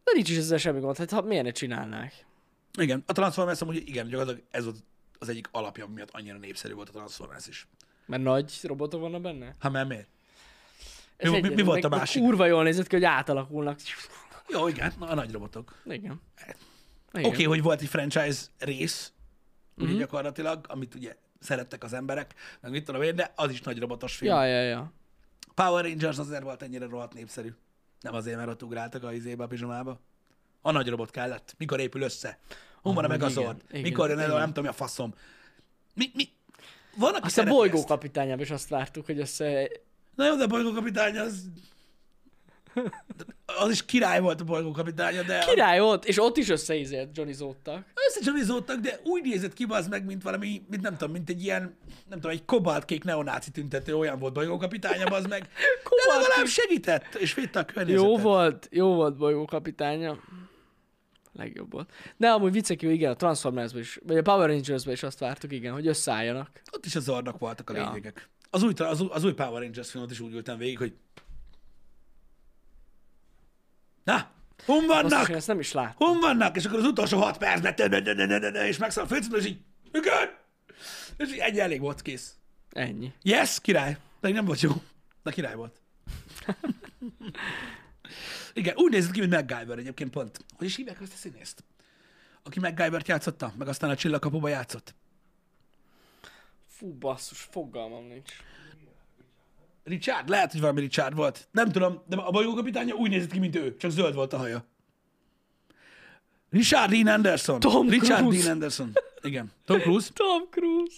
Speaker 2: De nincs is ezzel semmi gond, hát ha miért ne csinálnák?
Speaker 1: Igen, a Transformers amúgy igen, gyakorlatilag ez volt az egyik alapja, miatt annyira népszerű volt a Transformers is.
Speaker 2: Mert nagy robotok vannak benne?
Speaker 1: Hát mert miért?
Speaker 2: Ez
Speaker 1: mi- mi
Speaker 2: egyértelmű,
Speaker 1: volt a
Speaker 2: meg- meg
Speaker 1: másik?
Speaker 2: Kurva jól nézett ki, hogy átalakulnak.
Speaker 1: Jó, igen, a nagy robotok.
Speaker 2: Igen.
Speaker 1: Oké,
Speaker 2: igen. Mhm.
Speaker 1: okay, hogy volt egy franchise rész, ugye gyakorlatilag, amit ugye szerettek az emberek, meg mit tudom én, de az is nagy robotos film.
Speaker 2: Ja, ja, ja.
Speaker 1: Power Rangers azért volt ennyire rohadt népszerű. Nem azért, mert ott ugráltak a izébe, a pizsomába. A nagy robot kellett. Mikor épül össze? Hol van a
Speaker 2: Ah,
Speaker 1: Megazord?
Speaker 2: igen, igen,
Speaker 1: Mikor jön elő,
Speaker 2: igen.
Speaker 1: nem tudom, mi a faszom. Mi, mi? Van, aki
Speaker 2: Azt a
Speaker 1: szereti
Speaker 2: bolygó
Speaker 1: ezt.
Speaker 2: kapitányában is azt vártuk, hogy össze...
Speaker 1: Na jó, de a bolygókapitány az... Az is király volt a bolygókapitánya, de...
Speaker 2: Király volt, és ott is összeizért Johnny Zóttak.
Speaker 1: Összecsomizódtak, de úgy nézett ki az meg, mint valami, mint nem tudom, mint egy ilyen, nem tudom, egy kobaltkék neonáci tüntető, olyan volt bolygókapitánya, az
Speaker 2: (laughs)
Speaker 1: meg. De
Speaker 2: Kobaltkék.
Speaker 1: legalább segített, és védte a környezetet.
Speaker 2: Jó volt, jó volt bolygó kapitánya. Legjobb volt. De amúgy viccek jó, igen, a Transformersben is, vagy a Power Rangersben is azt vártuk, igen, hogy összeálljanak.
Speaker 1: Ott is az ornak voltak a
Speaker 2: Ja.
Speaker 1: lényegek. Az, új, az, új- az új Power Rangers filmet is úgy ültem végig, hogy... Na, hon
Speaker 2: Azt is,
Speaker 1: vannak?
Speaker 2: én ezt nem is láttam.
Speaker 1: Hon vannak? És akkor az utolsó hat percben, tö- tö- tö- tö- tö- tö- és megszáll a főcímlő, és így, igen! És így egy elég volt, kész.
Speaker 2: Ennyi.
Speaker 1: Yes, király. Pedig nem volt jó, de király
Speaker 2: (laughs)
Speaker 1: volt. Igen, úgy nézett ki, mint MacGyver egyébként pont. Hogy is hívják azt a színészt? Aki MacGyvert játszotta, meg aztán a csillagkapuba játszott.
Speaker 2: Fú, basszus, fogalmam nincs.
Speaker 1: Richard? Lehet, hogy valami Richard volt. Nem tudom, de a bajókapitánya úgy nézett ki, mint ő. Csak zöld volt a haja. Richard Dean Anderson.
Speaker 2: Tom
Speaker 1: Richard
Speaker 2: Cruise.
Speaker 1: Dean Anderson. Igen. Tom Cruise?
Speaker 2: Tom Cruise.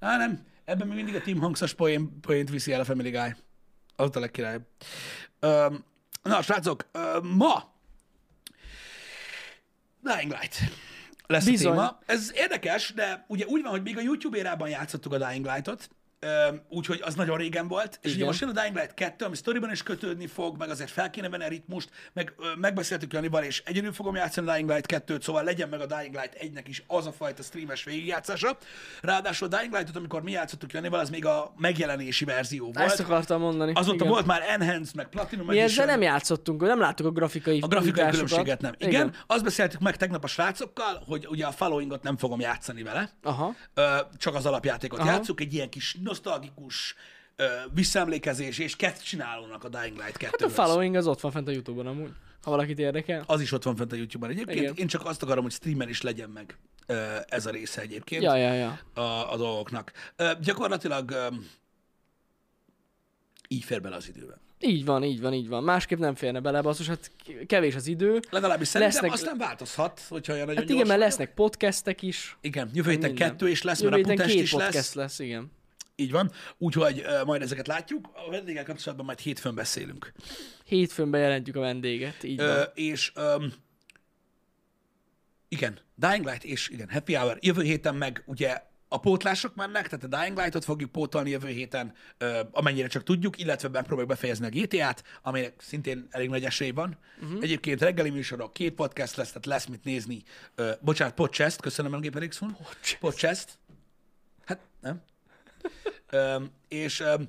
Speaker 1: Á, nem. Ebben még mindig a Team Hanks-as poén, poént viszi el a Family Guy. Az a legkirályabb. Öm, na, srácok, öm, ma Dying Light lesz
Speaker 2: Bizony.
Speaker 1: Bizony. a téma. Ez érdekes, de ugye úgy van, hogy még a YouTube érában játszottuk a Dying Light-ot, öm, úgyhogy az nagyon régen volt, és ugye
Speaker 2: Igen.
Speaker 1: most jön a Dying Light 2, ami sztoriban is kötődni fog, meg azért fel kéne benne ritmust, meg ö, megbeszéltük Janival, és egyedül fogom játszani a Dying Light 2-t, szóval legyen meg a Dying Light 1-nek is az a fajta streames végigjátszása. Ráadásul a Dying Light-ot, amikor mi játszottuk Janival, az még a megjelenési verzió
Speaker 2: Ezt
Speaker 1: volt.
Speaker 2: akartam mondani.
Speaker 1: Azóta
Speaker 2: igen.
Speaker 1: volt már Enhanced, meg Platinum
Speaker 2: Mi ezzel
Speaker 1: Edition.
Speaker 2: nem játszottunk, nem láttuk a grafikai
Speaker 1: A grafikai
Speaker 2: újításokat.
Speaker 1: különbséget nem. Igen, Igen, azt beszéltük meg tegnap a srácokkal, hogy ugye a followingot nem fogom játszani vele,
Speaker 2: Aha. Hát
Speaker 1: ö, csak az alapjátékot
Speaker 2: Aha.
Speaker 1: Aha. játszuk, egy ilyen kis nosztalgikus ö, visszaemlékezés, és kezd csinálónak a Dying Light 2
Speaker 2: Hát a following az ott van fent a Youtube-on amúgy, ha valakit érdekel.
Speaker 1: Az is ott van fent a YouTube-on egyébként.
Speaker 2: Igen.
Speaker 1: Igen. Én csak azt akarom, hogy streamen is legyen meg ö, ez a része egyébként
Speaker 2: Ja, ja, ja.
Speaker 1: a, a dolgoknak. Ö, gyakorlatilag ö, így fér bele az időben.
Speaker 2: Így van, így van, így van. Másképp nem férne bele, basszus, hát kevés az idő.
Speaker 1: Legalábbis szerintem
Speaker 2: Lesznek-
Speaker 1: lesznek... aztán változhat, hogyha olyan nagyon
Speaker 2: Hát igen,
Speaker 1: gyors
Speaker 2: mert
Speaker 1: vagyok.
Speaker 2: lesznek podcastek is.
Speaker 1: Igen, jövő héten
Speaker 2: Minden.
Speaker 1: kettő is lesz,
Speaker 2: Jövő
Speaker 1: mert a
Speaker 2: héten
Speaker 1: putest
Speaker 2: két
Speaker 1: is
Speaker 2: podcast
Speaker 1: lesz.
Speaker 2: lesz. igen.
Speaker 1: Így van. Úgyhogy ö, majd ezeket látjuk. A vendéggel kapcsolatban majd hétfőn beszélünk.
Speaker 2: Hétfőn bejelentjük a vendéget, így
Speaker 1: Ö,
Speaker 2: van.
Speaker 1: és öm, igen, Dying Light és igen, Happy Hour. Jövő héten meg ugye a pótlások mennek, tehát a Dying Light-ot fogjuk pótolni jövő héten, ö, amennyire csak tudjuk, illetve megpróbáljuk befejezni a GTA-t, aminek szintén elég nagy esély van.
Speaker 2: Mhm.
Speaker 1: Uh-huh. Egyébként reggeli műsorok, két podcast lesz, tehát lesz mit nézni. Ö, bocsánat, podcast, köszönöm MGPRX un Podcast. Hát, nem. Öm, és öm,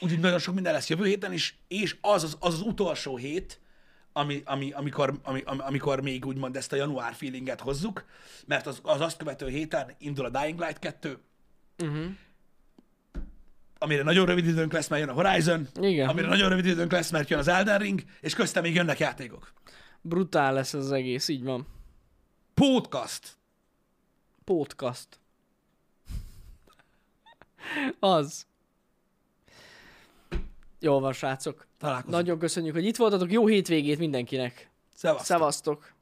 Speaker 1: úgyhogy nagyon sok minden lesz jövő héten is, és az az, az, az utolsó hét, ami, ami, amikor, ami, ami, amikor még úgymond ezt a január feelinget hozzuk, mert az, az azt követő héten indul a Dying Light 2, uh-huh. amire nagyon rövid időnk lesz, mert jön a Horizon,
Speaker 2: Igen.
Speaker 1: amire nagyon rövid időnk lesz, mert jön az Elden Ring, és köztem még jönnek játékok.
Speaker 2: Brutál lesz ez az egész, így van.
Speaker 1: Podcast.
Speaker 2: Podcast. Az. Jól van, srácok.
Speaker 1: Találkozunk.
Speaker 2: Nagyon köszönjük, hogy itt voltatok. Jó hétvégét mindenkinek.
Speaker 1: Szevasztok.
Speaker 2: Szevasztok.